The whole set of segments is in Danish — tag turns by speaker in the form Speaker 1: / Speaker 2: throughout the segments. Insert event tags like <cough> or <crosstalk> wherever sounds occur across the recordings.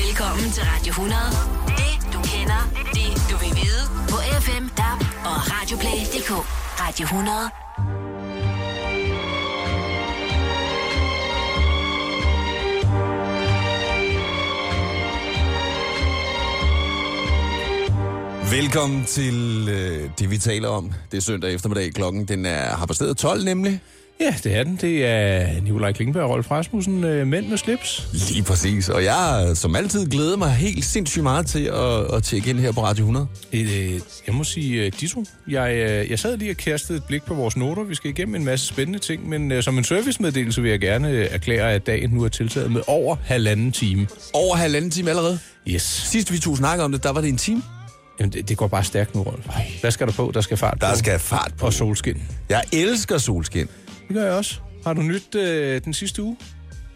Speaker 1: Velkommen til Radio 100. Det du kender, det du vil vide. På FM, DAB og Radioplay.dk. Radio 100.
Speaker 2: Velkommen til øh, det, vi taler om. Det er søndag eftermiddag. Klokken den er, har passeret 12 nemlig.
Speaker 3: Ja, det er den. Det er Nikolaj Klingberg og Rolf Rasmussen, øh, mænd med slips.
Speaker 2: Lige præcis. Og jeg øh, som altid glæder mig helt sindssygt meget til at, at tjekke ind her på Radio 100.
Speaker 3: Et, øh, jeg må sige, øh, Ditto, jeg, øh, jeg sad lige og kastede et blik på vores noter. Vi skal igennem en masse spændende ting, men øh, som en servicemeddelelse vil jeg gerne øh, erklære, at dagen nu er tiltaget med over halvanden time.
Speaker 2: Over halvanden time allerede.
Speaker 3: Yes.
Speaker 2: Sidst vi to snakkede om det, der var det en time.
Speaker 3: Jamen, det, det går bare stærkt nu, Rolf. Hvad skal der på? Der skal fart
Speaker 2: Der
Speaker 3: på.
Speaker 2: skal fart på.
Speaker 3: Og solskin.
Speaker 2: Jeg elsker solskin.
Speaker 3: Det gør jeg også. Har du nyt øh, den sidste uge?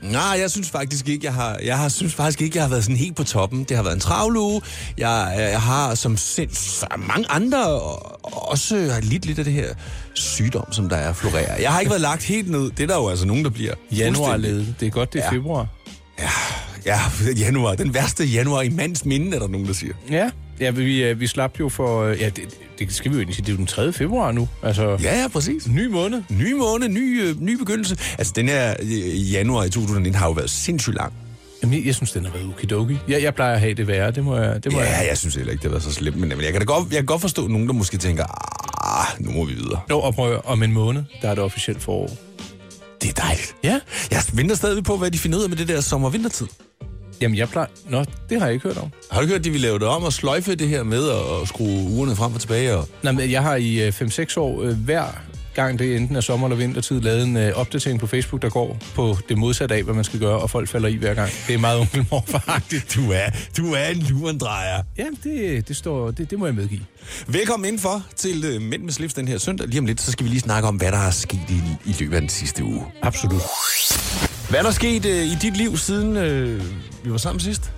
Speaker 2: Nej, jeg synes faktisk ikke, jeg har, jeg har, synes faktisk ikke, jeg har været sådan helt på toppen. Det har været en travl uge. Jeg, jeg har som sinds, mange andre og- og også har lidt lidt af det her sygdom, som der er florerer. Jeg har ikke været lagt helt ned. Det er der jo altså nogen, der bliver. fuldstændig.
Speaker 3: lede. Det er godt, det er
Speaker 2: Ja.
Speaker 3: ja. februar.
Speaker 2: Ja, januar. Den værste januar i mands minde, er der nogen, der siger.
Speaker 3: Ja. Ja, vi, øh, vi slap jo for... øh, Ja, det, det skal vi jo egentlig sige. Det er jo den 3. februar nu. Altså,
Speaker 2: Ja, ja, præcis.
Speaker 3: ny måned.
Speaker 2: Ny måned, ny, øh, ny begyndelse. Altså, den her øh, januar i 2019 har jo været sindssygt lang.
Speaker 3: Jamen, jeg, jeg synes, den har været okidoki. Jeg, jeg plejer at have det værre, det må jeg... Det må
Speaker 2: Ja,
Speaker 3: jeg.
Speaker 2: jeg synes heller ikke, det har været så slemt, men men jeg kan da godt, jeg kan godt forstå nogen, der måske tænker, ah, nu må vi videre.
Speaker 3: Jo, og prøv at høre, om en måned, der er det officielt forår.
Speaker 2: Det er dejligt.
Speaker 3: Ja.
Speaker 2: Jeg venter stadig på, hvad de finder ud af med det der sommer-vintertid.
Speaker 3: Jamen, jeg plejer... Nå, det har jeg ikke hørt om.
Speaker 2: Har du ikke hørt, de vil lave det om og sløjfe det her med at skrue ugerne frem og tilbage? Og... <laughs>
Speaker 3: Nej, men jeg har i 5-6 år øh, hver gang det enten er sommer eller vintertid, lavet en øh, opdatering på Facebook, der går på det modsatte af, hvad man skal gøre, og folk falder i hver gang. Det er meget <laughs> onkelmorfaragtigt.
Speaker 2: Du er, du er en lurendrejer.
Speaker 3: Jamen, det, det, står, det, det må jeg medgive.
Speaker 2: Velkommen indenfor til øh, Mænd med slips den her søndag. Lige om lidt, så skal vi lige snakke om, hvad der er sket i, i løbet af den sidste uge.
Speaker 3: Absolut.
Speaker 2: Hvad er der sket øh, i dit liv, siden øh, vi var sammen sidst?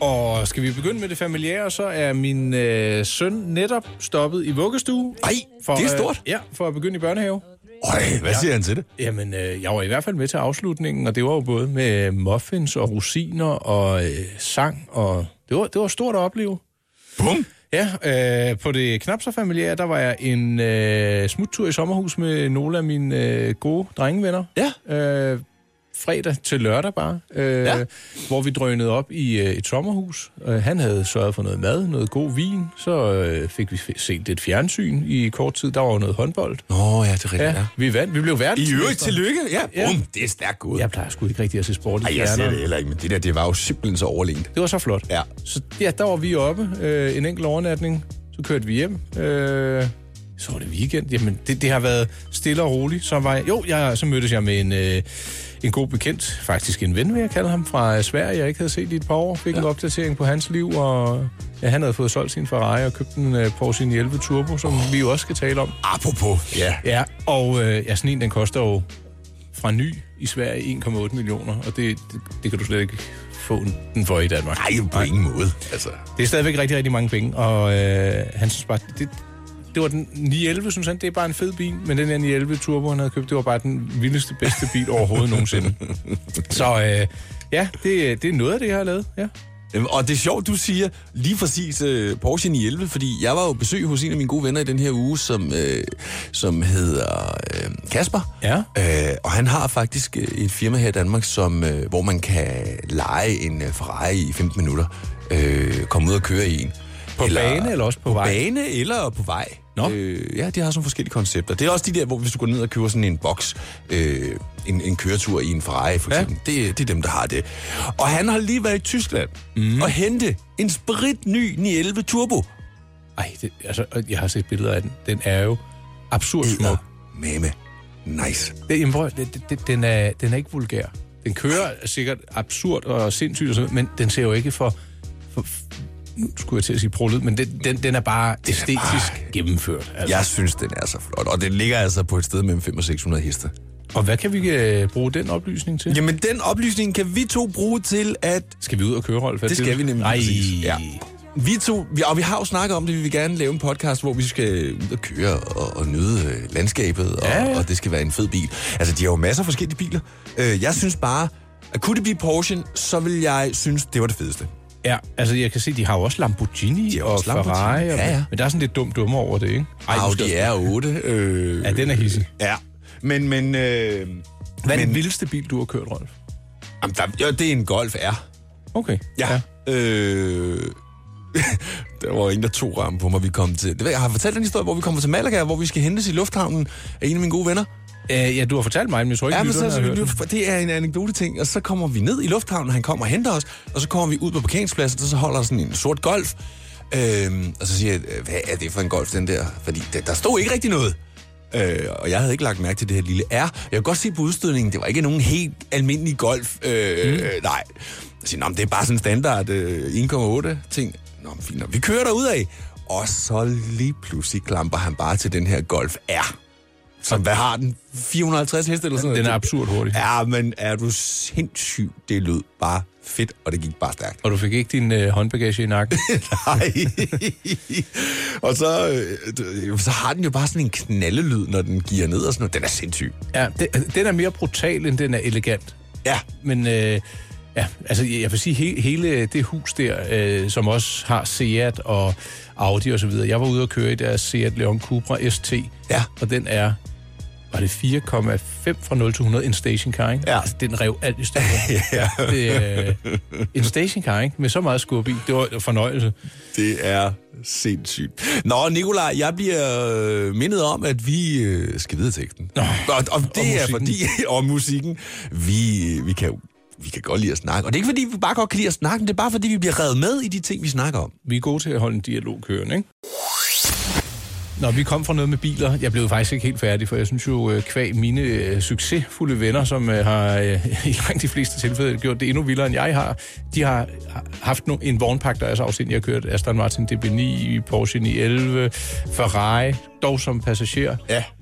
Speaker 3: Og skal vi begynde med det familiære, så er min øh, søn netop stoppet i vuggestue.
Speaker 2: Ej, det er stort.
Speaker 3: Øh, ja, for at begynde i børnehave.
Speaker 2: Øj, hvad siger han til det?
Speaker 3: Jamen, øh, jeg var i hvert fald med til afslutningen, og det var jo både med muffins og rosiner og øh, sang, og det var, det var stort at opleve.
Speaker 2: Bum!
Speaker 3: Ja, øh, på det knap så familiære, der var jeg en øh, smuttur i sommerhus med nogle af mine øh, gode drengevenner.
Speaker 2: Ja.
Speaker 3: Øh, fredag til lørdag bare, øh,
Speaker 2: Ja.
Speaker 3: ja. hvor vi drønede op i øh, et sommerhus. Øh, han havde sørget for noget mad, noget god vin, så øh, fik vi f- set lidt fjernsyn i kort tid. Der var jo noget håndbold.
Speaker 2: Nå, ja, det er rigtigt,
Speaker 3: Ja, vi vandt. Vi blev
Speaker 2: I
Speaker 3: verdensmestre.
Speaker 2: øvrigt, tillykke. Ja,
Speaker 3: Ja.
Speaker 2: bum, det er stærkt gået.
Speaker 3: Jeg plejer sgu ikke rigtig at se sport i
Speaker 2: Ej, jeg ser
Speaker 3: fjerneren.
Speaker 2: det heller ikke, men det der, det var jo simpelthen så overlegent.
Speaker 3: Det var så flot.
Speaker 2: Ja.
Speaker 3: Så ja, der var vi oppe. Øh, en enkelt overnatning. Så kørte vi hjem. Øh, så var det weekend. Jamen, det, det har været stille og roligt. Så var jeg, jo, jeg, så mødtes jeg med en, øh, en god bekendt, faktisk en ven, vil jeg kalde ham, fra øh, Sverige, jeg ikke havde set i et par år. Fik ja. en opdatering på hans liv, og ja, han havde fået solgt sin Ferrari og købt en øh, Porsche 911 Turbo, som vi jo også skal tale om.
Speaker 2: Apropos, ja.
Speaker 3: Ja, og øh, ja, sådan en, den koster jo fra ny i Sverige 1,8 millioner, og det, det, det kan du slet ikke få den- den for i Danmark.
Speaker 2: Ej, på ingen måde. Altså,
Speaker 3: Det er stadigvæk rigtig, rigtig mange penge, og øh, han synes bare, det, det var den 911, synes han, det er bare en fed bil, men den her 911 Turbo, han havde købt, det var bare den vildeste, bedste bil <laughs> overhovedet nogensinde. Så øh, ja, det, det er noget af det, jeg har lavet, ja.
Speaker 2: Jamen, Øhm, Og det er sjovt, du siger lige præcis uh, Porsche 911, fordi jeg var jo besøg hos en af mine gode venner i den her uge, som, øh, som hedder øh, Kasper.
Speaker 3: Ja.
Speaker 2: Øh, og han har faktisk øh, et firma her i Danmark, som, øh, hvor man kan lege en øh, Ferrari i 15 minutter. Øh, komme ud og køre i en.
Speaker 3: På bane eller også på vej?
Speaker 2: bane eller på vej.
Speaker 3: Nå.
Speaker 2: Øh, ja, de har sådan forskellige koncepter. Det er også de der, hvor hvis du går ned og køber sådan en boks, øh, en, en køretur i en Ferrari for
Speaker 3: Ja.
Speaker 2: eksempel. Det, det er dem, der har det. Og han har lige været i Tyskland mm. og hente en spritny 911 Turbo.
Speaker 3: Ej, det, altså, og jeg har set billeder af den. Den er jo absurd smuk.
Speaker 2: Mame. Nice.
Speaker 3: Det, jamen, prøv, at- det, det- det, den, er, den er ikke vulgær. Den kører sikkert absurd og sindssygt, og sådan, noget, men den ser jo ikke for... for nu skulle jeg til at sige prøvet, men den, den, den er bare æstetisk gennemført. Altså.
Speaker 2: Jeg synes, den er så flot. Og den ligger altså på et sted mellem 500 og 600 heste.
Speaker 3: Og hvad kan vi øh, bruge den oplysning til?
Speaker 2: Jamen, den oplysning kan vi to bruge til at
Speaker 3: Skal vi ud og køre, Rolf? Er
Speaker 2: Det skal vi nemlig.
Speaker 3: Ej,
Speaker 2: præcis. Ja. Vi to, vi, og vi har jo snakket om det, vi vil gerne lave en podcast, hvor vi skal ud og køre og, og nyde øh, landskabet, og,
Speaker 3: Ja, ja.
Speaker 2: og det skal være en fed bil. Altså, de har jo masser af forskellige biler. Øh, jeg synes bare, at kunne det blive Porsche, så vil jeg synes, det var det fedeste.
Speaker 3: Ja, altså jeg kan se, de har jo også Lamborghini
Speaker 2: De har
Speaker 3: og
Speaker 2: også Lamborghini.
Speaker 3: Ferrari. Og,
Speaker 2: Ja, ja.
Speaker 3: Men der er sådan lidt dumt dumme over det, ikke? Ej, måske
Speaker 2: Audi
Speaker 3: også-
Speaker 2: R8. Øh,
Speaker 3: Ja, den er hissig.
Speaker 2: Ja, men... men øh,
Speaker 3: Hvad er
Speaker 2: men,
Speaker 3: den vildeste bil, du har kørt, Rolf?
Speaker 2: jamen, der, jo, det er en Golf R.
Speaker 3: Okay.
Speaker 2: Ja. ja. Øh, <laughs> der var en, der tog ramme på mig, vi kom til. Det ved jeg, jeg har fortalt den historie, hvor vi kommer til Malaga, hvor vi skal hentes i lufthavnen af en af mine gode venner.
Speaker 3: Ja. Øh, ja, du har fortalt mig, men jeg tror ikke,
Speaker 2: Ja, men
Speaker 3: lytterne
Speaker 2: så,
Speaker 3: har hørt den.
Speaker 2: så, det er en anekdote ting. Og så kommer vi ned i lufthavnen, han kommer og henter os, og så kommer vi ud på parkeringspladsen, og så holder sådan en sort golf. Øhm, og så siger jeg, "Øh, hvad er det for en golf, den der? Fordi der, der stod ikke rigtig noget. Øh, og jeg havde ikke lagt mærke til det her lille R. Jeg kunne godt se på udstødningen, det var ikke nogen helt almindelig golf. Øh, mm. øh, nej. Jeg siger, "Nå, men det er bare sådan en standard øh, 1,8 ting. Nå, men fint. nok. Vi kører derudad. Og så lige pludselig klamper han bare til den her Golf R. Som, hvad har den? 450 heste eller sådan noget?
Speaker 3: Den er absurd hurtig.
Speaker 2: Ja, men er du sindssyg? Det lød bare fedt, og det gik bare
Speaker 3: <laughs>
Speaker 2: stærkt.
Speaker 3: Og du fik ikke din øh, håndbagage i nakken.
Speaker 2: Nej. og så, øh, så har den jo bare sådan en knaldelyd, når den giver ned og sådan noget. Den er sindssyg.
Speaker 3: ja, den, den er mere brutal, end den er elegant.
Speaker 2: Ja,
Speaker 3: Men øh, ja, altså, jeg jeg vil sige, he, hele det hus der, øh, som også har Seat og Audi og så videre. Jeg var ude og køre i deres Seat Leon Cupra ST.
Speaker 2: Ja.
Speaker 3: Og den er, var det 4,5 fra 0 til 100, en stationcar, ikke?
Speaker 2: Ja.
Speaker 3: Altså, den rev alt i stykker.
Speaker 2: <laughs>
Speaker 3: ja. Det, øh, en stationcar, ikke? Med så meget skub i. Det var en fornøjelse.
Speaker 2: det er sindssygt. Nå, Nikolaj, jeg bliver øh, mindet om, at vi øh, skal videre til teksten.
Speaker 3: Nå.
Speaker 2: Og, og det
Speaker 3: Og
Speaker 2: er
Speaker 3: musikken.
Speaker 2: fordi, <laughs> og musikken, vi, vi kan jo- vi kan godt lide at snakke. Og det er ikke, fordi vi bare godt kan lide at snakke, men det er bare, fordi vi bliver revet med i de ting, vi snakker om.
Speaker 3: Vi er gode til at holde en dialog kørende, ikke? Når vi kom fra noget med biler, jeg blev faktisk ikke helt færdig, for jeg synes jo, øh, kvæg mine øh, succesfulde venner, som øh, har øh, <laughs> i langt de fleste tilfælde gjort det endnu vildere, end jeg har, de har haft no- en vognpakke, der er så afsindig. Jeg har kørt Aston Martin DB9, Porsche 911, Ferrari, dog som passager.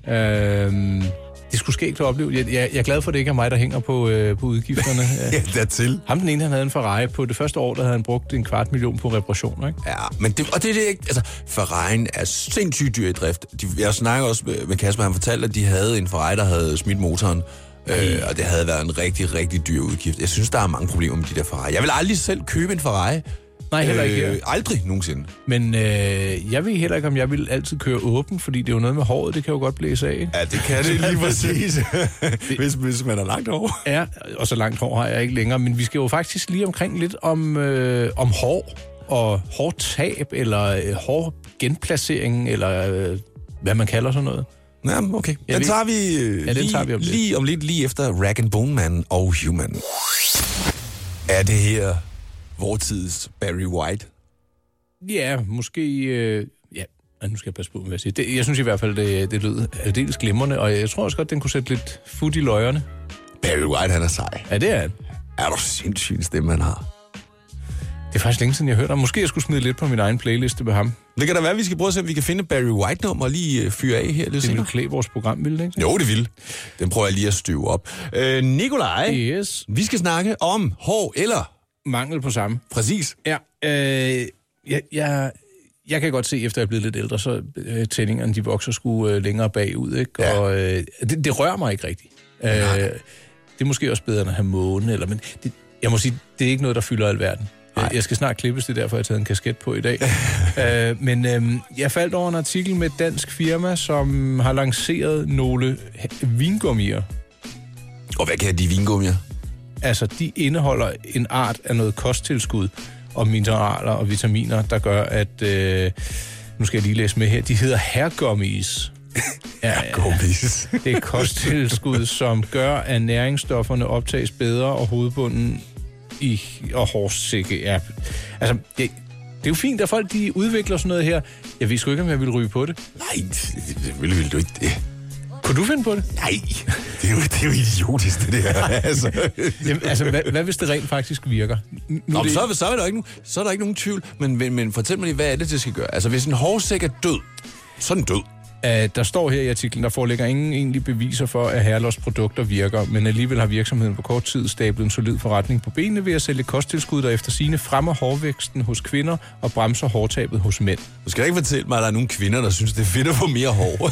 Speaker 2: Ja.
Speaker 3: Øhm, det skulle skægt at opleve. Jeg, jeg, jeg er glad for, at det ikke er mig, der hænger på, øh, på udgifterne.
Speaker 2: <laughs>
Speaker 3: Ja.
Speaker 2: Ja, dertil.
Speaker 3: Ham den ene, han havde en Ferrari. På det første år, der havde han brugt en kvart million på reparationer, ikke?
Speaker 2: Ja, men det, og det er det ikke. Altså, Ferrari'en er sindssygt dyr i drift. De, jeg snakker også med, med Kasper, han fortalte, at de havde en Ferrari, der havde smidt motoren. Øh, og det havde været en rigtig, rigtig dyr udgift. Jeg synes, der er mange problemer med de der Ferrari. Jeg vil aldrig selv købe en Ferrari.
Speaker 3: Nej, heller ikke her.
Speaker 2: Øh, aldrig nogensinde.
Speaker 3: Øh, Men øh, jeg ved heller ikke, om jeg vil altid køre åben, fordi det er jo noget med håret, det kan jo godt blæse af.
Speaker 2: <laughs> Ja, det kan det lige præcis. <laughs> hvis, hvis man er langt over.
Speaker 3: Ja, og så langt hår har jeg ikke længere, men vi skal jo faktisk lige omkring lidt om, øh, om hår og hårtab, eller øh, hårgenplacering, eller øh, hvad man kalder sådan noget.
Speaker 2: Ja, okay.
Speaker 3: Jeg
Speaker 2: Den
Speaker 3: ved-
Speaker 2: tager vi, øh,
Speaker 3: den
Speaker 2: lige,
Speaker 3: tager vi om lidt.
Speaker 2: lige om lidt, lige efter Rag and Bone Man og Human. Er det her vor tids Barry White?
Speaker 3: Ja, måske... Øh, ja, Ej, nu skal jeg passe på, med, hvad jeg siger. Det, jeg synes i hvert fald, det, det lød aldeles glimrende, og jeg tror også godt, den kunne sætte lidt fut i løjerne.
Speaker 2: Barry White, han er sej.
Speaker 3: Ja, det er den.
Speaker 2: Er du sindssyg en stemme, han har?
Speaker 3: Det er faktisk længe siden, jeg hørte ham. Måske jeg skulle smide lidt på min egen playliste med ham.
Speaker 2: Det kan da være, at vi skal prøve at se, om vi kan finde Barry White-nummer og lige øh, fyre af her lidt
Speaker 3: Det ville
Speaker 2: senere.
Speaker 3: klæde vores program, ville det ikke?
Speaker 2: Jo, det vil. Den prøver jeg lige at støve op. Øh, Nikolaj,
Speaker 3: Yes.
Speaker 2: vi skal snakke om hår eller...
Speaker 3: Mangel på samme.
Speaker 2: Præcis.
Speaker 3: Ja, øh, jeg, jeg, jeg kan godt se, efter jeg er blevet lidt ældre, så øh, tændingerne de vokser sgu øh, længere bagud, ikke?
Speaker 2: Ja.
Speaker 3: Og øh, det, det rører mig ikke rigtigt. Øh, det er måske også bedre, end at have måne, eller, men det, jeg må sige, det er ikke noget, der fylder alverden. Jeg, jeg skal snart klippes, det er derfor, jeg har taget en kasket på i dag. øh, men øh, jeg faldt over en artikel med et dansk firma, som har lanceret nogle ha- vingummier,
Speaker 2: Og hvad kan de vingummier?
Speaker 3: altså, de indeholder en art af noget kosttilskud og mineraler og vitaminer, der gør, at... Øh, nu skal jeg lige læse med her. De hedder hergummies. Ja,
Speaker 2: Gummis.
Speaker 3: det er kosttilskud, som gør, at næringsstofferne optages bedre, og hovedbunden i, og hårsække er... Altså, det, det er jo fint, at folk de udvikler sådan noget her. Jeg ved sgu ikke, om jeg vil ryge på det.
Speaker 2: Nej, det- selvfølgelig vil du ikke det.
Speaker 3: Kunne du finde på det?
Speaker 2: Nej, det er jo, det er jo idiotisk, det der. altså.
Speaker 3: Jamen, altså, hvad, hvad hvis det rent faktisk virker? Nu,
Speaker 2: Nå, men
Speaker 3: er det-
Speaker 2: så, er- så, er der ikke, nogen- så er der ikke nogen tvivl. Men, men, men fortæl mig lige, hvad er det, det skal gøre? Altså, hvis en hårsæk er død, så er den død.
Speaker 3: Uh, der står her i artiklen, der foreligger ingen egentlige beviser for, at Herlos produkter virker, men alligevel har virksomheden på kort tid stablet en solid forretning på benene ved at sælge kosttilskud, der efter sine fremmer hårvæksten hos kvinder og bremser hårtabet hos mænd.
Speaker 2: Du skal da ikke fortælle mig, at der er nogle kvinder, der synes, det er fedt at få mere hår.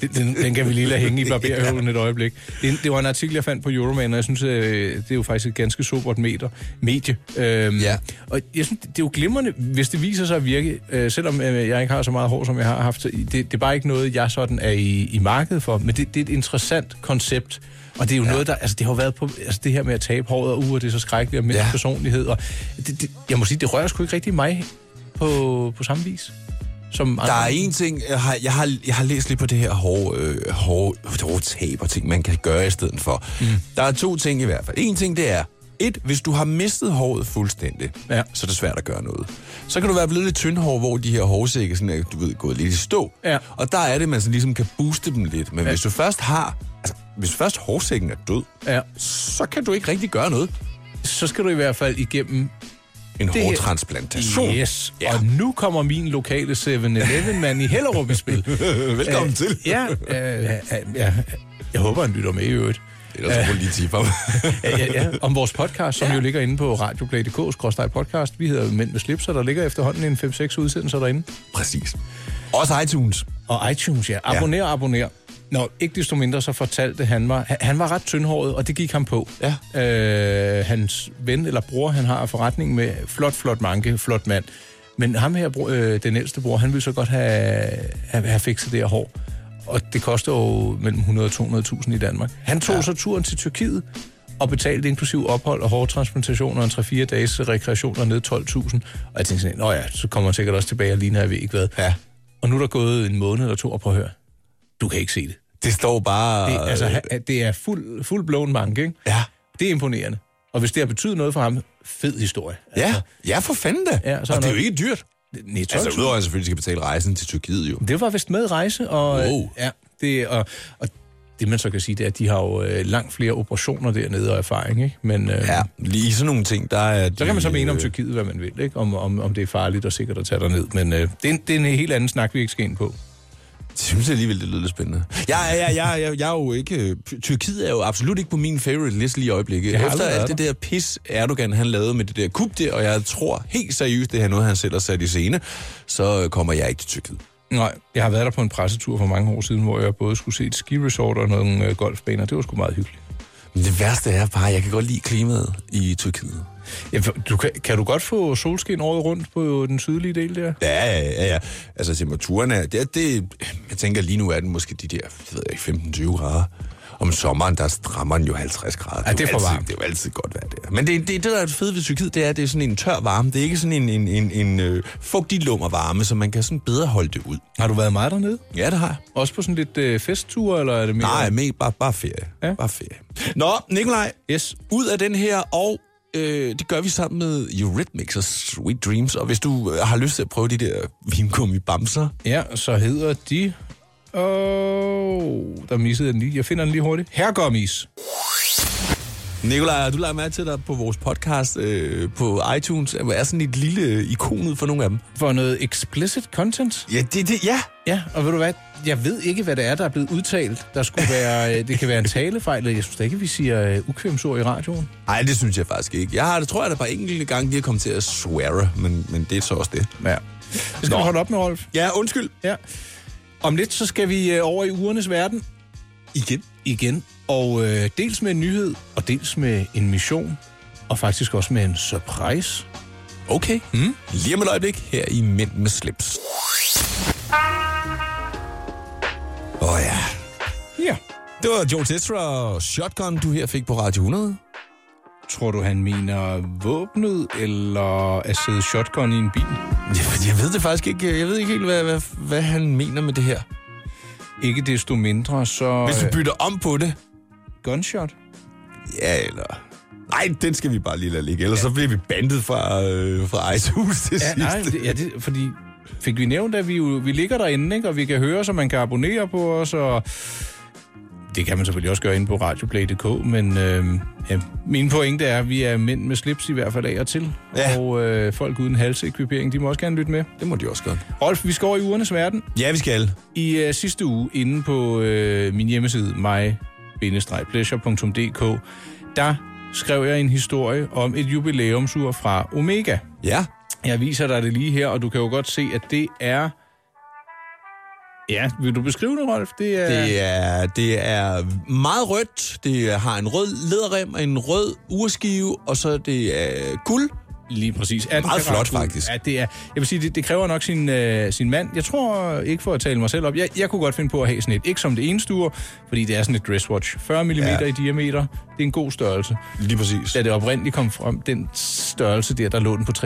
Speaker 3: Det- Den, den kan vi lige lade hænge
Speaker 2: <laughs>
Speaker 3: i barberhøvlen et øjeblik. Det, det var en artikel, jeg fandt på Euroman, og jeg synes, øh, det er jo faktisk et ganske sobert meter, medie. Øhm,
Speaker 2: Ja.
Speaker 3: Og jeg synes, det er jo glimrende, hvis det viser sig at virke, øh, selvom øh, jeg ikke har så meget hår, som jeg har haft. så Det, det er bare ikke noget, jeg sådan er i, i markedet for, men det, det er et interessant koncept. Og det er jo ja. noget, der... Altså, det har jo været på... Altså, det her med at tabe håret og uger, det er så skrækkeligt, og mindre
Speaker 2: Ja.
Speaker 3: ja. personlighed. Og det, det, jeg må sige, det rører sgu ikke rigtig mig på, på samme vis. Som
Speaker 2: Der er
Speaker 3: andre.
Speaker 2: en ting, jeg har, jeg har, jeg har læst lidt på det her hårde, øh, hårde, hårde tab og ting, man kan gøre i stedet for. Mm. Der er to ting i hvert fald. En ting, det er, et, hvis du har mistet håret fuldstændig,
Speaker 3: Ja.
Speaker 2: så er det svært at gøre noget. Så kan du være blevet lidt tyndhår, hvor de her hårsække sådan er, du ved, gået lidt i stå.
Speaker 3: Ja.
Speaker 2: Og der er det, man sådan ligesom kan booste dem lidt. Men ja. hvis du først har, altså, hvis først hårsækken er død,
Speaker 3: Ja.
Speaker 2: så kan du ikke rigtig gøre noget.
Speaker 3: Så skal du i hvert fald igennem
Speaker 2: En
Speaker 3: her-
Speaker 2: hårtransplantation.
Speaker 3: Yes,
Speaker 2: Ja.
Speaker 3: ja. og nu kommer min lokale 7-Eleven-mand i Hellerup i <laughs> spil.
Speaker 2: <laughs> Velkommen
Speaker 3: Øh,
Speaker 2: til.
Speaker 3: Ja, øh, ja, ja, jeg håber, han lytter med i øvrigt.
Speaker 2: Ellers må du lige tippe ham.
Speaker 3: Ja, ja, ja. Om vores podcast, som ja. jo ligger inde på radioplay.dk-podcast. Vi hedder Mænd med slips, og der ligger efterhånden en 5-6 udsendelser derinde.
Speaker 2: <laughs> Præcis. Også iTunes.
Speaker 3: Og iTunes, ja. Abonner, ja. abonner. Nå, ikke desto mindre så fortalte han mig, han, han var ret tyndhåret, og det gik ham på.
Speaker 2: Ja.
Speaker 3: Øh, hans ven eller bror, han har forretning med, flot, flot manke, flot mand. Men ham her, bro- øh, den ældste bror, han ville så godt have, have, have fikset det her hår. Og det koster jo mellem 100 og 200.000 i Danmark. Han tog ja. så turen til Tyrkiet og betalte inklusiv ophold og hårtransplantation og en 3-4 dages rekreation og ned 12.000. Og jeg tænkte sådan, nå ja, så kommer han sikkert også tilbage og ligner, jeg ved ikke hvad.
Speaker 2: Ja.
Speaker 3: Og nu er der gået en måned eller to, og prøv at høre. Du kan ikke se det.
Speaker 2: Det står bare... øh,
Speaker 3: det altså, ha- det er fuld, fuld blown manke, ikke?
Speaker 2: Ja.
Speaker 3: Det er imponerende. Og hvis det har betydet noget for ham, fed historie.
Speaker 2: Ja, ja for fanden da.
Speaker 3: Altså- Ja, så er
Speaker 2: og det er jo
Speaker 3: noget-
Speaker 2: ikke dyrt.
Speaker 3: Nej,
Speaker 2: Altså,
Speaker 3: 12.000.
Speaker 2: udover at han selvfølgelig skal betale rejsen til Tyrkiet jo.
Speaker 3: Det var vist med rejse, og, øh,
Speaker 2: Wow.
Speaker 3: ja, det, og, og det man så kan sige, det er, at de har jo øh, langt flere operationer dernede og erfaring, ikke? Men, øh,
Speaker 2: Ja, lige sådan nogle ting, der er... øh,
Speaker 3: Så kan man så mene om Tyrkiet, hvad man vil, ikke? Om, om, om det er farligt og sikkert at tage derned. Men øh, det, er en, det er en helt anden snak, vi ikke skal ind på.
Speaker 2: Jeg <laughs> synes alligevel, det lyder lidt spændende. Ja, ja, ja, ja, ja, jeg er jo ikke... øh, Tyrkiet er jo absolut ikke på min favorite list lige i øjeblikket.
Speaker 3: har
Speaker 2: Efter
Speaker 3: aldrig været
Speaker 2: alt det der pis, Erdogan han lavede med det der kup der, og jeg tror helt seriøst, det her noget, han selv har sat i scene, så øh, kommer jeg ikke til Tyrkiet.
Speaker 3: Nej, jeg har været der på en pressetur for mange år siden, hvor jeg både skulle se et ski resort og nogle øh, golfbaner. Det var sgu meget hyggeligt.
Speaker 2: Men det værste er bare, at jeg kan godt lide klimaet i Tyrkiet.
Speaker 3: Ja, for- du kan, kan du godt få solskin året rundt på den sydlige del der?
Speaker 2: Ja, ja, ja, ja. Altså temperaturen er, det, er- det, jeg tænker lige nu er den måske de der, jeg ved ikke, 15-20 grader. Om sommeren, der strammer den jo 50 grader.
Speaker 3: Ja, det er
Speaker 2: jo
Speaker 3: for
Speaker 2: altid,
Speaker 3: varmt.
Speaker 2: Det er jo altid godt vejr der. Men det, det, det, der er fedt ved Tyrkiet, det er, at det er sådan en tør varme. Det er ikke sådan en, en, en, en øh, fugtig lummer varme, så man kan sådan bedre holde det ud.
Speaker 3: Har du været meget dernede?
Speaker 2: Ja, det har jeg.
Speaker 3: Også på sådan lidt øh, festtur, eller er det mere?
Speaker 2: Nej, men bare, bare ferie. Ja.
Speaker 3: Ja.
Speaker 2: Bare ferie. Nå, Nikolaj,
Speaker 3: Yes.
Speaker 2: ud af den her, og øh, det gør vi sammen med Eurythmics og Sweet Dreams. Og hvis du øh, har lyst til at prøve de der vingummi-bamser,
Speaker 3: Ja, så hedder de... Åh, oh, der missede jeg den lige. Jeg finder den lige hurtigt. Hergummis.
Speaker 2: Nikolaj, har du lagt mærke til dig på vores podcast øh, på iTunes, at der er sådan et lille ikon ud for nogle af dem.
Speaker 3: For noget explicit content.
Speaker 2: Ja, det, det ja.
Speaker 3: Ja, og ved du hvad? Jeg ved ikke, hvad det er, der er blevet udtalt. Der skulle <laughs> være... øh, det kan være en talefejl, eller jeg synes da ikke, vi siger øh, ukvemsord i radioen.
Speaker 2: Nej, det synes jeg faktisk ikke. Jeg har det, tror jeg, der bare enkelte gange, de er kommet til at sweare, men, men det er så også det.
Speaker 3: Ja. Det skal
Speaker 2: Nå.
Speaker 3: du holde op med, Rolf.
Speaker 2: Ja, undskyld.
Speaker 3: Ja. Om lidt, så skal vi øh, over i ugernes verden
Speaker 2: Igen.
Speaker 3: igen. Og øh, dels med en nyhed, og dels med en mission, og faktisk også med en surprise.
Speaker 2: Okay. Mm. Lige om et øjeblik her i Mænd med slips. Åh oh, ja.
Speaker 3: Ja.
Speaker 2: Det var Joe Tesra og Shotgun, du her fik på Radio 100.
Speaker 3: Tror du, han mener våbnet, eller at sidde shotgun i en bil?
Speaker 2: Jeg, jeg ved det faktisk ikke. Jeg ved ikke helt, hvad, hvad, hvad han mener med det her.
Speaker 3: Ikke desto mindre, så...
Speaker 2: Hvis du
Speaker 3: øh,
Speaker 2: bytter om på det,
Speaker 3: gunshot?
Speaker 2: Ja, eller... Nej, den skal vi bare lige lade ligge, ellers ja. så bliver vi bandet fra, øh, fra Ejshus til
Speaker 3: Ja,
Speaker 2: sidst.
Speaker 3: nej, det, ja, det, fordi fik vi nævnt, at vi, jo, vi ligger derinde, ikke? og vi kan høre, så man kan abonnere på os, og det kan man selvfølgelig også gøre inde på radioplay.dk, men øh, ja, min pointe er, at vi er mænd med slips i hvert fald af og til,
Speaker 2: Ja.
Speaker 3: og øh, folk uden halsekvipering, de må også gerne lytte med.
Speaker 2: det må de også godt.
Speaker 3: Rolf, vi skal over i ugernes verden.
Speaker 2: Ja, vi skal.
Speaker 3: I øh, sidste uge, inde på øh, min hjemmeside, my-pleasure.dk, der skrev jeg en historie om et jubilæumsur fra Omega.
Speaker 2: Ja.
Speaker 3: Jeg viser dig det lige her, og du kan jo godt se, at det er Ja, vil du beskrive det, Rolf? Det er...
Speaker 2: Det er, det er meget rødt, det har en rød læderrem, en rød urskive, og så det er guld.
Speaker 3: Lige præcis. 18
Speaker 2: Meget
Speaker 3: karat
Speaker 2: flot,
Speaker 3: guld.
Speaker 2: faktisk.
Speaker 3: Ja, det er. Jeg vil sige, det, det kræver nok sin, øh, sin mand. Jeg tror ikke for at tale mig selv op. Jeg, jeg kunne godt finde på at have sådan et. Ikke som det eneste ur, fordi det er sådan et dresswatch. 40 mm ja.
Speaker 2: Ja.
Speaker 3: i diameter. Det er en god størrelse.
Speaker 2: Lige præcis.
Speaker 3: Da det oprindeligt kom frem, den størrelse der, der lå den på 3-4-35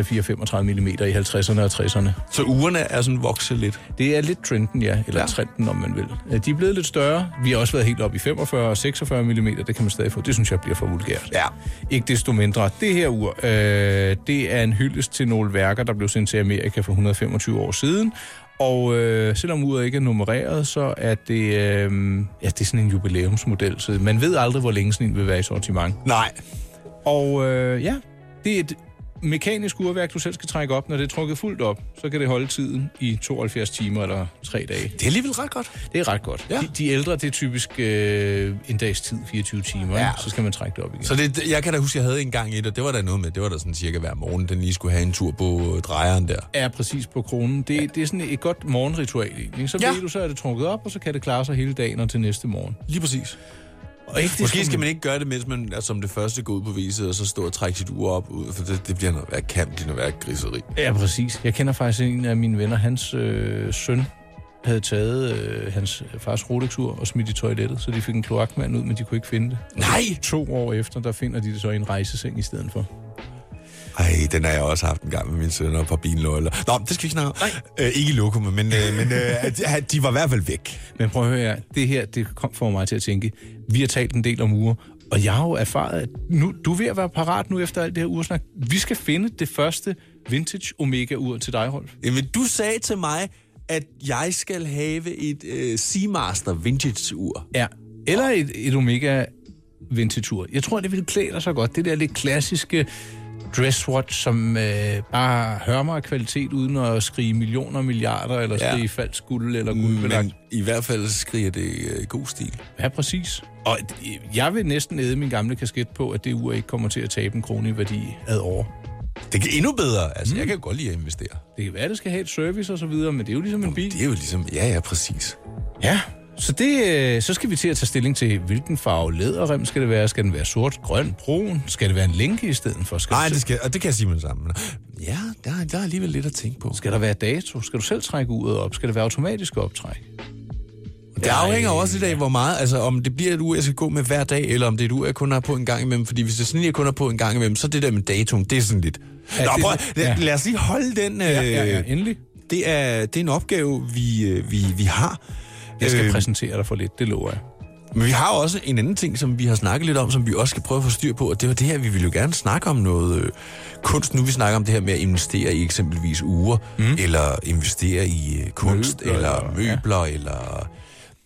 Speaker 3: mm i 50'erne og 60'erne.
Speaker 2: Så ugerne er sådan vokset lidt.
Speaker 3: Det er lidt trenden, ja. Eller
Speaker 2: Ja.
Speaker 3: ja. trenden, om man vil. Øh, De er blevet lidt større. Vi har også været helt op i 45 og 46 mm. Det kan man stadig få. Det synes jeg bliver for vulgært.
Speaker 2: Ja.
Speaker 3: Ikke desto mindre. Det her ur, øh, det er en hyldest til nogle værker, der blev sendt til Amerika for 125 år siden. Og øh, selvom uret ikke er nummereret, så er det, øh, ja, det er sådan en jubilæumsmodel. Så man ved aldrig, hvor længe sådan en vil være i sortiment.
Speaker 2: Nej.
Speaker 3: Og øh, ja, det er et mekanisk urværk, du selv skal trække op. Når det er trukket fuldt op, så kan det holde tiden i 72 timer eller 3 dage.
Speaker 2: Det er alligevel ret godt.
Speaker 3: Det er ret godt.
Speaker 2: Ja.
Speaker 3: De, de ældre, det er typisk øh, en dags tid, 24 timer. Ja.
Speaker 2: Ja.
Speaker 3: Så skal man trække det op igen.
Speaker 2: Så det, jeg kan da huske, jeg havde en gang et, og det var der noget med, det var der sådan cirka hver morgen, den lige skulle have en tur på øh, drejeren der.
Speaker 3: er præcis på kronen. Det, ja. det er sådan et godt morgenritual egentlig. Så ja.
Speaker 2: Ja.
Speaker 3: ved du, så er det trukket op, og så kan det klare sig hele dagen og til næste morgen.
Speaker 2: Lige præcis.
Speaker 3: Og ikke det
Speaker 2: Måske skal man ikke gøre det, mens man er som det første går ud på viset, og så stå og trække sit ur op, ud, for det, det bliver noget værd kamp, det er noget værd griseri.
Speaker 3: Ja, præcis. Jeg kender faktisk en af mine venner, hans øh, søn havde taget øh, hans fars Rolex-ur og smidt i toilettet, så de fik en kloakmand ud, men de kunne ikke finde det.
Speaker 2: Nej!
Speaker 3: To år efter, der finder de det så i en rejseseng i stedet for.
Speaker 2: Ej, den har jeg også haft en gang med min søn og et par bilnøgler. Nå, det skal vi ikke snakke om. Øh, ikke i lokum, men, øh, men øh, <laughs> at- at de var i hvert fald væk.
Speaker 3: Men prøv at høre her. Det her, det kom for mig til at tænke. Vi har talt en del om uger, og jeg har jo erfaret, at nu, du er ved at være parat nu efter alt det her ursnak. Vi skal finde det første vintage Omega-ur til dig, Rolf.
Speaker 2: Jamen, du sagde til mig, at jeg skal have et øh, Seamaster Vintage-ur.
Speaker 3: Ja. Eller et, et Omega Ventetur. Jeg tror, det ville klæde dig så godt. Det der lidt klassiske dresswatch, som øh, bare hører mig af kvalitet, uden at skrige millioner og milliarder, eller
Speaker 2: Ja.
Speaker 3: skrige falsk guld, eller guldbelagt.
Speaker 2: Men i hvert fald skriger det øh, god stil.
Speaker 3: Ja, præcis. Og øh, jeg vil næsten æde min gamle kasket på, at det ur ikke kommer til at tabe en krone i værdi ad år.
Speaker 2: Det kan endnu bedre. Altså, mm. jeg kan jo godt lide at investere.
Speaker 3: Det kan være, at det skal have et service og så videre, men det er jo ligesom en bil.
Speaker 2: Det er jo ligesom... Ja, ja, præcis.
Speaker 3: Ja, så, det, øh, så skal vi til at tage stilling til, hvilken farve læderrem skal det være? Skal den være sort, grøn, brun? Skal det være en lænke i stedet for? Skal
Speaker 2: Nej,
Speaker 3: det
Speaker 2: det skal, og det kan jeg sige med det samme. Ja, der, der er alligevel lidt at tænke på.
Speaker 3: Skal der være dato? Skal du selv trække uret op? Skal det være automatisk optræk?
Speaker 2: Det afhænger også lidt af, hvor meget, altså om det bliver et ur, jeg skal gå med hver dag, eller om det er et ur, jeg kun har på en gang imellem. Fordi hvis det er sådan, jeg kun har på en gang imellem, så det der med datoen, det er sådan lidt... Ja, Nå,
Speaker 3: det-
Speaker 2: prøv,
Speaker 3: ja.
Speaker 2: ja. lad os lige holde den. Øh, ja,
Speaker 3: Ja, ja, endelig.
Speaker 2: Det, er, det er en opgave, vi, øh, vi, vi har.
Speaker 3: Jeg skal
Speaker 2: Øh,
Speaker 3: præsentere dig for lidt, det lover jeg.
Speaker 2: Men vi har jo også en anden ting, som vi har snakket lidt om, som vi også skal prøve at få styr på, og det var det her, vi ville jo gerne snakke om noget øh, kunst. Nu vi snakker om det her med at investere i eksempelvis uger, mm. eller investere i øh, kunst,
Speaker 3: Møbler,
Speaker 2: møbler, eller
Speaker 3: eller- ja.
Speaker 2: møbler, ja. eller...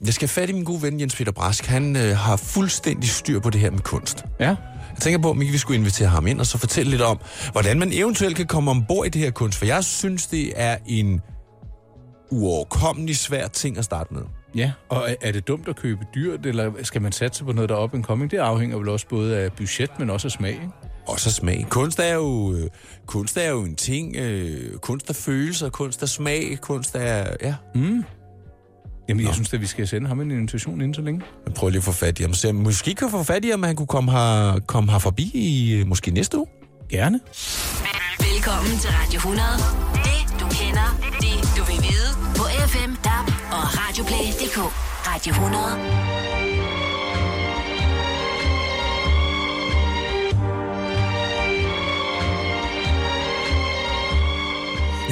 Speaker 2: Jeg skal have fat i min gode ven Jens Peter Brask. Han øh, har fuldstændig styr på det her med kunst.
Speaker 3: Ja,
Speaker 2: Jeg tænker på, om ikke vi skulle invitere ham ind og så fortælle lidt om, hvordan man eventuelt kan komme ombord i det her kunst, for jeg synes, det er en uoverkommelig svær ting at starte med.
Speaker 3: ja. Og er- er det dumt at købe dyrt, eller skal man satse på noget, der er op en coming? Det afhænger vel også både af budget, men også af smag, ikke?
Speaker 2: Og så smag. Kunst er jo, øh, kunst er jo en ting. Øh, kunst er følelser, kunst er smag, kunst er... Ja.
Speaker 3: Jamen, jeg synes at vi skal sende ham en invitation inden så længe.
Speaker 2: Jeg prøver lige at få fat i ham. Så jeg måske kan få fat i ham, at han kunne komme her, komme her forbi i øh, måske næste uge.
Speaker 3: Gerne.
Speaker 1: Velkommen til Radio 100. Det du kender, det du vil vide. På FM, DAB og Radioplay.dk. Radio 100.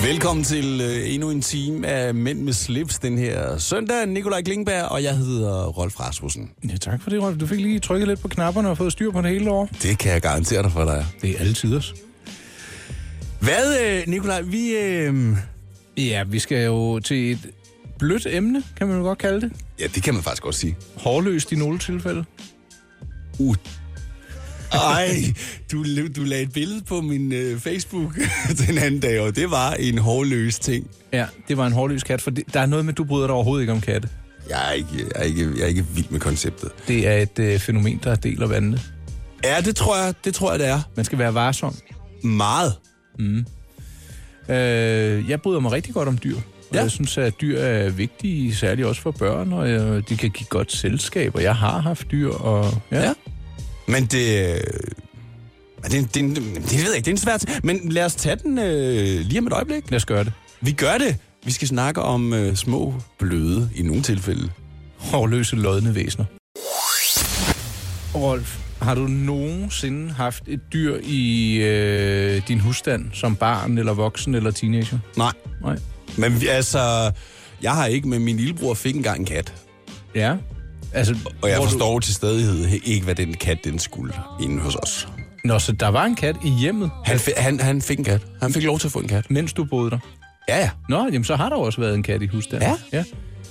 Speaker 2: Velkommen til øh, endnu en time af Mænd med slips den her søndag. Nikolaj Klingberg, og jeg hedder Rolf Rasmussen.
Speaker 3: Ja, tak for det, Rolf. Du fik lige trykket lidt på knapperne og fået styr på det hele år.
Speaker 2: Det kan jeg garantere dig for dig.
Speaker 3: Det er alle tiders.
Speaker 2: Hvad, øh, Nikolaj, vi... Øh...
Speaker 3: Ja, vi skal jo til et blødt emne, kan man jo godt kalde det.
Speaker 2: Ja, det kan man faktisk godt sige.
Speaker 3: Hårløst i nogle tilfælde.
Speaker 2: Uh. Ej, du, du lagde et billede på min øh, Facebook <laughs> den anden dag, og det var en hårløs ting.
Speaker 3: Ja, det var en hårløs kat, for det, der er noget med, at du bryder dig overhovedet ikke om katte.
Speaker 2: Jeg er ikke, jeg er ikke, jeg er ikke vild med konceptet.
Speaker 3: Det er et øh, fænomen, der deler vandene.
Speaker 2: Ja, det tror jeg, det tror jeg, det er.
Speaker 3: Man skal være varsom.
Speaker 2: Meget.
Speaker 3: Øh, jeg bryder mig rigtig godt om dyr. Og
Speaker 2: Ja.
Speaker 3: Jeg synes, at dyr er vigtige, særligt også for børn, og øh, de kan give godt selskab, og jeg har haft dyr, og ja.
Speaker 2: Ja. Men det... øh, Det, det, det, det ved jeg ikke, det er en svær... t- Men lad os tage den øh, lige om et øjeblik.
Speaker 3: Lad os gøre det.
Speaker 2: Vi gør det. Vi skal snakke om øh, små bløde i nogle tilfælde.
Speaker 3: Hårløse lodne væsener. Rolf, har du nogensinde haft et dyr i øh, din husstand, som barn, eller voksen, eller teenager?
Speaker 2: Nej,
Speaker 3: Nej.
Speaker 2: men vi- altså... Jeg har ikke, men min lillebror fik engang en kat.
Speaker 3: Ja. Altså,
Speaker 2: Og jeg
Speaker 3: hvor du-
Speaker 2: forstår til stadighed he- ikke, hvad den kat den skulle inde hos os.
Speaker 3: Nå, så der var en kat i hjemmet,
Speaker 2: Han, fi- han, han fik en kat. Han fik lov til at få en kat.
Speaker 3: mens du boede der?
Speaker 2: Ja, ja.
Speaker 3: Nå, jamen så har der jo også været en kat i husstanden.
Speaker 2: Ja.
Speaker 3: ja.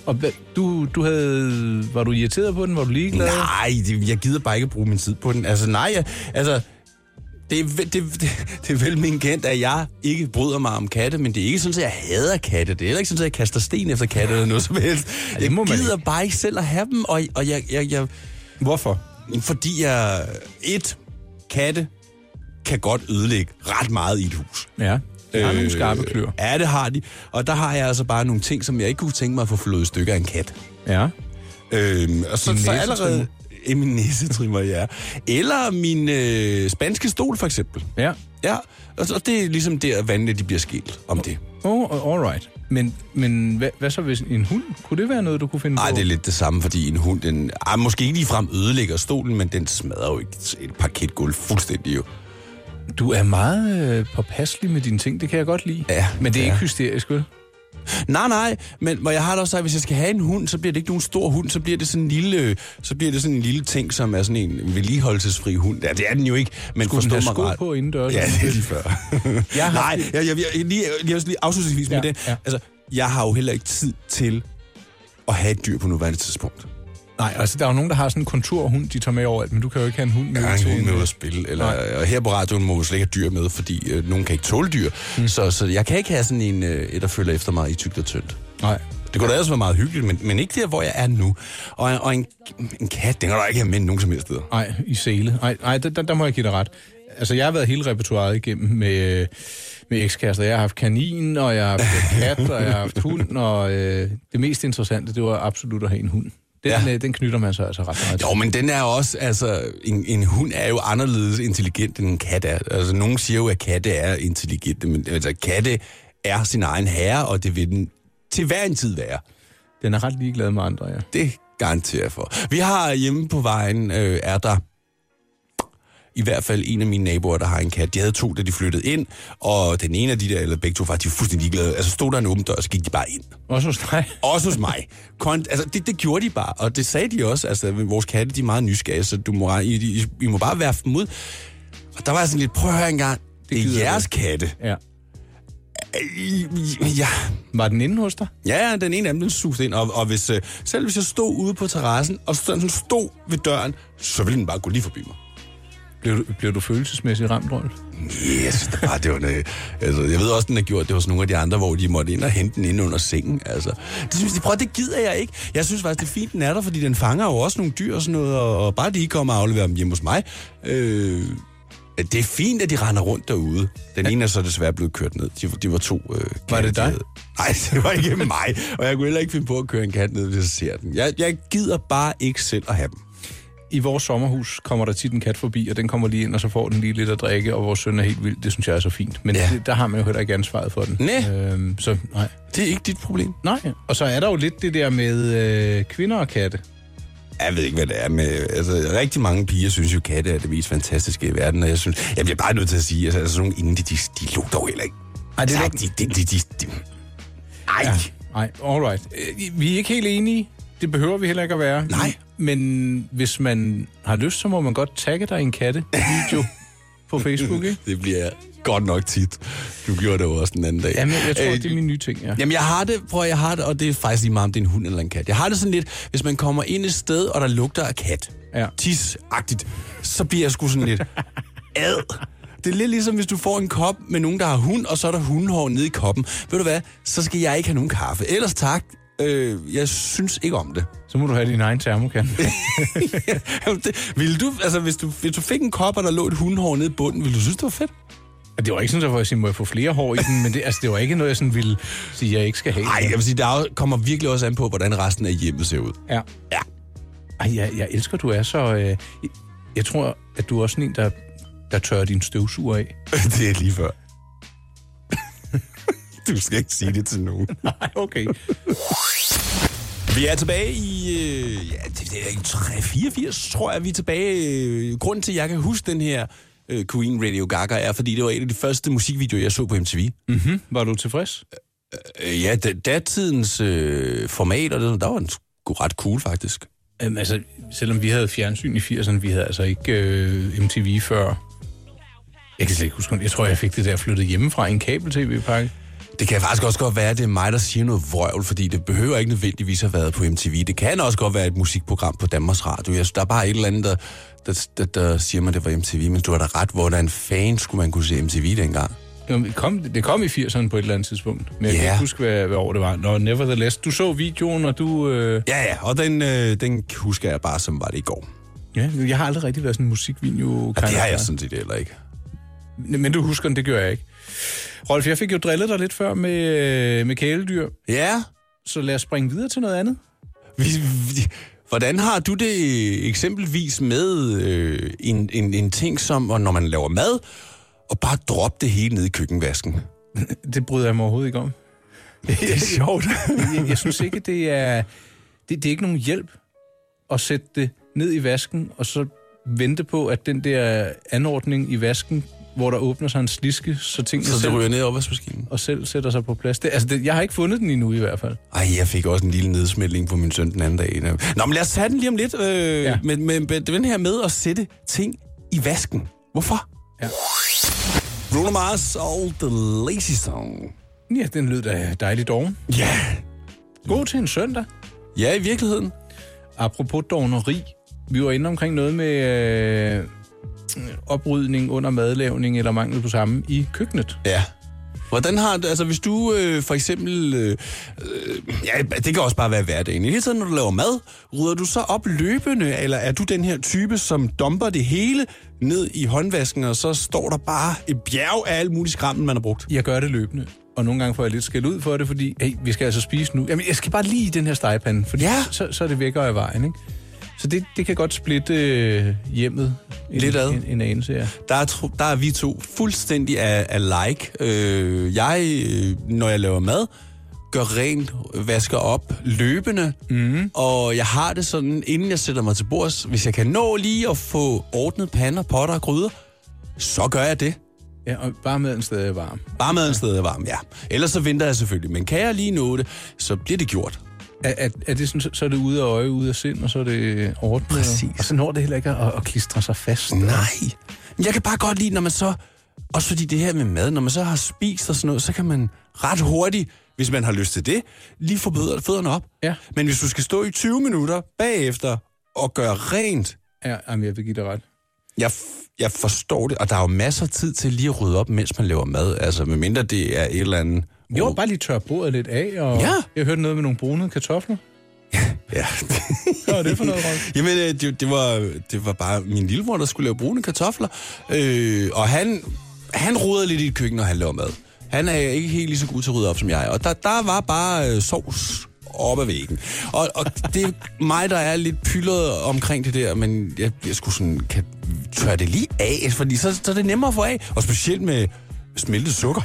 Speaker 3: Og hvad- du, du havde, var du irriteret på den? Var du ligeglad?
Speaker 2: Nej, det, jeg gider bare ikke bruge min tid på den. Altså, nej, jeg, altså... Det er, ve- det, det, det er vel min kendt, at jeg ikke bryder mig om katte, men det er ikke sådan, at jeg hader katte. Det er heller ikke sådan, at jeg kaster sten efter katte eller noget som helst.
Speaker 3: det
Speaker 2: Jeg
Speaker 3: må man
Speaker 2: gider bare ikke selv at have dem, og, og jeg, jeg, jeg,
Speaker 3: Hvorfor?
Speaker 2: fordi jeg... Et, katte kan godt ødelægge ret meget i et hus.
Speaker 3: Ja, der er nogle skarpe klør.
Speaker 2: Øh, Ja, det har de. Og der har jeg altså bare nogle ting, som jeg ikke kunne tænke mig at få flået i stykker af en kat.
Speaker 3: Ja.
Speaker 2: Øhm, og så,
Speaker 3: Din
Speaker 2: så
Speaker 3: næsetrimmer?
Speaker 2: allerede... Eh, Min næsetrimmer, ja. Eller min øh, spanske stol, for eksempel.
Speaker 3: Ja.
Speaker 2: Ja, og, så- og det er ligesom der, vandene de bliver skilt om det.
Speaker 3: Oh, all right. Men, men hvad, hvad så hvis en hund? Kunne det være noget, du kunne finde
Speaker 2: Nej,
Speaker 3: på?
Speaker 2: det er lidt det samme, fordi en hund, den... Ej, måske ikke ligefrem ødelægger stolen, men den smadrer jo ikke et parketgulv fuldstændig jo.
Speaker 3: Du er meget øh, påpasselig med dine ting, det kan jeg godt lide.
Speaker 2: Ja,
Speaker 3: Men det er
Speaker 2: ja.
Speaker 3: ikke hysterisk, vel?
Speaker 2: Nej, nej, men hvor jeg har det også sagt, hvis jeg skal have en hund, så bliver det ikke nogen stor hund, så bliver det sådan en lille, øh, så bliver det sådan en lille ting, som er sådan en vedligeholdelsesfri hund. Ja, det er den jo ikke, men
Speaker 3: Skulle den
Speaker 2: forstå
Speaker 3: have
Speaker 2: mig
Speaker 3: sko
Speaker 2: ret.
Speaker 3: på indendørs?
Speaker 2: Ja, det er lige før.
Speaker 3: Jeg har
Speaker 2: nej, <laughs>
Speaker 3: haft-
Speaker 2: jeg, jeg, jeg, lige, jeg vil lige afslutningsvis med
Speaker 3: Ja,
Speaker 2: det.
Speaker 3: ja.
Speaker 2: Altså, jeg har jo heller ikke tid til at have et dyr på nuværende tidspunkt.
Speaker 3: Nej, altså der er jo nogen, der har sådan en konturhund, de tager med overalt, men du kan jo ikke have en hund med.
Speaker 2: Jeg har
Speaker 3: til
Speaker 2: en øh, hund
Speaker 3: en- øh,
Speaker 2: med ude at spille, eller, og her på radioen må jeg slet ikke have dyr med, fordi øh, nogen kan ikke tåle dyr. Mm. Så, så jeg kan ikke have sådan en, øh, et, der følger efter mig i tykt og tyndt.
Speaker 3: Nej.
Speaker 2: Det kunne da ellers være meget hyggeligt, men, men ikke der, hvor jeg er nu. Og, og en, en kat, den kan du ikke have med nogen som helst steder.
Speaker 3: Nej, i sele. Nej, nej der, der, der må jeg give dig ret. Altså, jeg har været hele repertoireet igennem med, øh, med ekskærester. Jeg har haft kanin, og jeg har haft kat, og jeg har haft hund, og øh, det mest interessante, det var absolut at have en hund. Den,
Speaker 2: Ja.
Speaker 3: ja. øh, den knytter man sig altså ret meget til.
Speaker 2: Jo, men den er også, altså, en, en hund er jo anderledes intelligent, end en kat er. Altså, nogen siger jo, at katte er intelligente, men altså, katte er sin egen herre, og det vil den til hver en tid være.
Speaker 3: Den er ret ligeglad med andre, ja.
Speaker 2: Det garanterer jeg for. Vi har hjemme på vejen, øh, er der i hvert fald en af mine naboer, der har en kat. De havde to, da de flyttede ind, og den ene af de der, eller begge to, var de var fuldstændig ligeglade. Altså, stod der en åben dør, så gik de bare ind.
Speaker 3: Også hos dig.
Speaker 2: Også hos mig. Kon- altså, det, det gjorde de bare, og det sagde de også. Altså, vores katte, de er meget nysgerrige, så du må, I, I, I må bare værfe dem ud. Og der var jeg sådan lidt, prøv at høre en gang, det,
Speaker 3: gider
Speaker 2: det
Speaker 3: jeg
Speaker 2: er jeres katte.
Speaker 3: Ja.
Speaker 2: I- I- Ja,
Speaker 3: Var den inde hos dig?
Speaker 2: ja, ja, den ene af dem, den suste ind, og, og hvis, øh, selv hvis jeg stod ude på terrassen, og sådan sådan stod ved døren, så ville den bare gå lige forbi mig.
Speaker 3: Blev du, blev du følelsesmæssigt ramt, Rolf?
Speaker 2: Yes, det var det var noget. Altså, jeg ved også, den har gjort det hos nogle af de andre, hvor de måtte ind og hente den ind under sengen. Altså, det synes de, prøv, det gider jeg ikke. Jeg synes faktisk, det er fint, den er der, fordi den fanger jo også nogle dyr og sådan noget, og, og bare de ikke kommer og afleverer dem hjemme hos mig. Øh, det er fint, at de render rundt derude. Den ene er så desværre blevet kørt ned. De, de var to øh, katte,
Speaker 3: Var det
Speaker 2: de
Speaker 3: dig?
Speaker 2: havde. Nej, det var ikke <laughs> mig. Og jeg kunne heller ikke finde på at køre en kat ned, hvis jeg ser den. Jeg, jeg gider bare ikke selv at have dem.
Speaker 3: I vores sommerhus kommer der tit en kat forbi, og den kommer lige ind, og så får den lige lidt at drikke, og vores søn er helt vild. Det synes jeg er så fint. Men
Speaker 2: Ja.
Speaker 3: ja. det, der har man jo heller ikke ansvaret for den.
Speaker 2: Næ.
Speaker 3: Øhm, så nej.
Speaker 2: Det er ikke dit problem.
Speaker 3: Nej, og så er der jo lidt det der med øh, kvinder og katte.
Speaker 2: Jeg ved ikke, hvad det er med... Altså, rigtig mange piger synes jo, katte er det mest fantastiske i verden, og jeg synes... Jeg bliver bare nødt til at sige, altså, altså sådan nogle inden, de, de, de lugter jo heller ikke.
Speaker 3: Ej, det er
Speaker 2: Tak, de, de, de, de, de. Ej. Ja.
Speaker 3: Nej, all right. Øh, Vi er ikke helt enige. Det behøver vi heller ikke at være.
Speaker 2: Nej.
Speaker 3: Men hvis man har lyst, så må man godt tagge dig i en
Speaker 2: <laughs>
Speaker 3: katte-video på Facebook, ikke?
Speaker 2: Det bliver godt nok tit. Du gjorde det jo også den anden dag.
Speaker 3: Jamen, jeg tror,
Speaker 2: Øh,
Speaker 3: det er min nye ting, ja.
Speaker 2: Jamen, jeg har det, prøv at jeg har det, og det er faktisk lige meget, om det er en hund eller en kat. Jeg har det sådan lidt, hvis man kommer ind et sted, og der lugter af kat,
Speaker 3: Ja.
Speaker 2: tis-agtigt, så bliver jeg sgu sådan <laughs> lidt ad. Det er lidt ligesom, hvis du får en kop med nogen, der har hund, og så er der hundehår nede i koppen. Ved du hvad, så skal jeg ikke have nogen kaffe. Ellers tak, øh, jeg synes ikke om det. <laughs>
Speaker 3: Så må du have din egen termokan.
Speaker 2: Jamen, det ville du, altså, hvis, du, hvis du fik en kop, og der lå et hundehår nede i bunden, ville du synes, det var fedt?
Speaker 3: Og det var ikke sådan, at jeg sige, må jeg få flere hår i den, men det, altså, det var ikke noget, jeg sådan ville sige, jeg ikke skal have.
Speaker 2: Nej, jeg vil sige, der er jo- kommer virkelig også an på, hvordan resten af hjemmet ser ud.
Speaker 3: Ja.
Speaker 2: Ja.
Speaker 3: Ej, jeg, jeg elsker, at du er så... Øh, jeg tror, at du er sådan en, der, der tørrer din støvsuger af.
Speaker 2: <laughs> det er lige før. du skal ikke sige det til nogen.
Speaker 3: <laughs> Nej, okay.
Speaker 2: Vi er tilbage i, øh, ja, det, det er ikke 3, 84, tror jeg, vi er tilbage. Øh, grunden til, at jeg kan huske den her øh, Queen Radio Gaga, er, fordi det var en af de første musikvideoer, jeg så på MTV.
Speaker 3: Mm-hmm. Var du tilfreds?
Speaker 2: Øh, ja, da, datidens øh, format, og det, der var den sgu ret cool, faktisk.
Speaker 3: Øhm, altså, selvom vi havde fjernsyn i 80'erne, vi havde altså ikke øh, MTV før. Jeg kan slet ikke huske, jeg tror, jeg fik det der flyttet hjemmefra i en kabel-tv-pakke.
Speaker 2: Det kan faktisk også godt være, at det er mig, der siger noget vrøvl, fordi det behøver ikke nødvendigvis at have været på MTV. Det kan også godt være et musikprogram på Danmarks Radio. Jeg, der er bare et eller andet, der, der, der, der siger mig, det var MTV, men du har da ret, hvor der er en fan, skulle man kunne se MTV dengang.
Speaker 3: Jamen, Det kom, det kom i 80'erne på et eller andet tidspunkt, men jeg
Speaker 2: Ja.
Speaker 3: kan ikke huske, hvad, hvad år det var. Nå, nevertheless, du så videoen, og du... Øh...
Speaker 2: Ja, ja, og den, øh, den husker jeg bare, som var det i går.
Speaker 3: Ja, jeg har aldrig rigtig været sådan en musikvideo
Speaker 2: Det har jeg sådan set heller ikke.
Speaker 3: Men du husker den, det gør jeg ikke. Rolf, jeg fik jo drillet dig lidt før med, øh, med kæledyr,
Speaker 2: Ja,
Speaker 3: så lad os springe videre til noget andet.
Speaker 2: vi, vi, hvordan har du det eksempelvis med øh, en, en, en ting som, og når man laver mad, og bare droppe det hele ned i køkkenvasken?
Speaker 3: Det bryder jeg mig overhovedet ikke <laughs> om.
Speaker 2: Det er sjovt.
Speaker 3: Jeg, jeg synes ikke, det er, det, det er ikke nogen hjælp at sætte det ned i vasken, og så vente på, at den der anordning i vasken, hvor der åbner sig en sliske, så tingene
Speaker 2: Så det
Speaker 3: selv,
Speaker 2: ryger ned i opvaskemaskinen.
Speaker 3: og selv sætter sig på plads. Det, altså, det, jeg har ikke fundet den endnu i hvert fald.
Speaker 2: Ej, jeg fik også en lille nedsmældning på min søn den anden dag. Nå, men lad os tage den lige om lidt. Øh, ja.
Speaker 3: Ja.
Speaker 2: men, men, men den her med at sætte ting i vasken. Hvorfor?
Speaker 3: Ja.
Speaker 2: Bruno Mars og The Lazy Song.
Speaker 3: Ja, den lød da dejligt oven.
Speaker 2: Ja.
Speaker 3: God til en søndag.
Speaker 2: Ja, i virkeligheden.
Speaker 3: Apropos dogneri, vi var inde omkring noget med øh, oprydning under madlavning eller mangel på samme i køkkenet.
Speaker 2: Ja. Hvordan har du, altså hvis du øh, for eksempel, øh, øh, ja, det kan også bare være hverdagen. I det hele tiden, når du laver mad, rydder du så op løbende, eller er du den her type, som dumper det hele ned i håndvasken, og så står der bare et bjerg af alt muligt skrammel, man har brugt?
Speaker 3: Jeg gør det løbende, og nogle gange får jeg lidt skæld ud for det, fordi hey, vi skal altså spise nu. Jamen, jeg skal bare lige i den her stegepande, fordi
Speaker 2: Ja.
Speaker 3: ja. så, så er det væk og af vejen, ikke? Så det, det kan godt splitte øh, hjemmet en,
Speaker 2: Lidt ad.
Speaker 3: en, en anelse, ja.
Speaker 2: Der er, tro- der er vi to fuldstændig af, af like. Øh, jeg, øh, når jeg laver mad, gør rent, vasker op løbende, mm. og jeg har det sådan, inden jeg sætter mig til bords, hvis jeg kan nå lige at få ordnet pander, potter og gryder, så gør jeg det.
Speaker 3: ja og bare maden stadig er varm.
Speaker 2: Bare maden stadig er varm, ja. Ellers så venter jeg selvfølgelig, men kan jeg lige nå det, så bliver det gjort.
Speaker 3: Er, er, er det sådan, så, så er det ude af øje, ude af sind, og så er det ordnet.
Speaker 2: Præcis.
Speaker 3: Og så når det heller ikke at, at klistre sig fast.
Speaker 2: Nej. Men jeg kan bare godt lide, når man så... Også fordi det her med mad, når man så har spist og sådan noget, så kan man ret hurtigt, hvis man har lyst til det, lige få bøder- fødderne op.
Speaker 3: Ja.
Speaker 2: Men hvis du skal stå i 20 minutter bagefter og gøre rent,
Speaker 3: Ja, jamen, jeg vil give dig ret.
Speaker 2: jeg, f- jeg forstår det, og der er jo masser af tid til lige at rydde op, mens man laver mad. Altså, medmindre det er et eller andet...
Speaker 3: Jo, bare lige tørre bordet lidt af, og
Speaker 2: Ja.
Speaker 3: jeg hørte noget med nogle brune kartofler.
Speaker 2: Ja.
Speaker 3: Hvad var det for noget, Rolf?
Speaker 2: <laughs> Jamen, øh, det, det, var, det var bare min lillebror, der skulle lave brune kartofler. Øh, og han, han roder lidt i et køkken, når han laver mad. Han er ikke helt lige så god til at rydde op som jeg. Og der, der var bare øh, sovs op ad væggen. Og, og det er mig, der er lidt pyldet omkring det der, men jeg, jeg skulle sådan, kan tørre det lige af, fordi så, så er det nemmere at få af. Og specielt med smeltet sukker.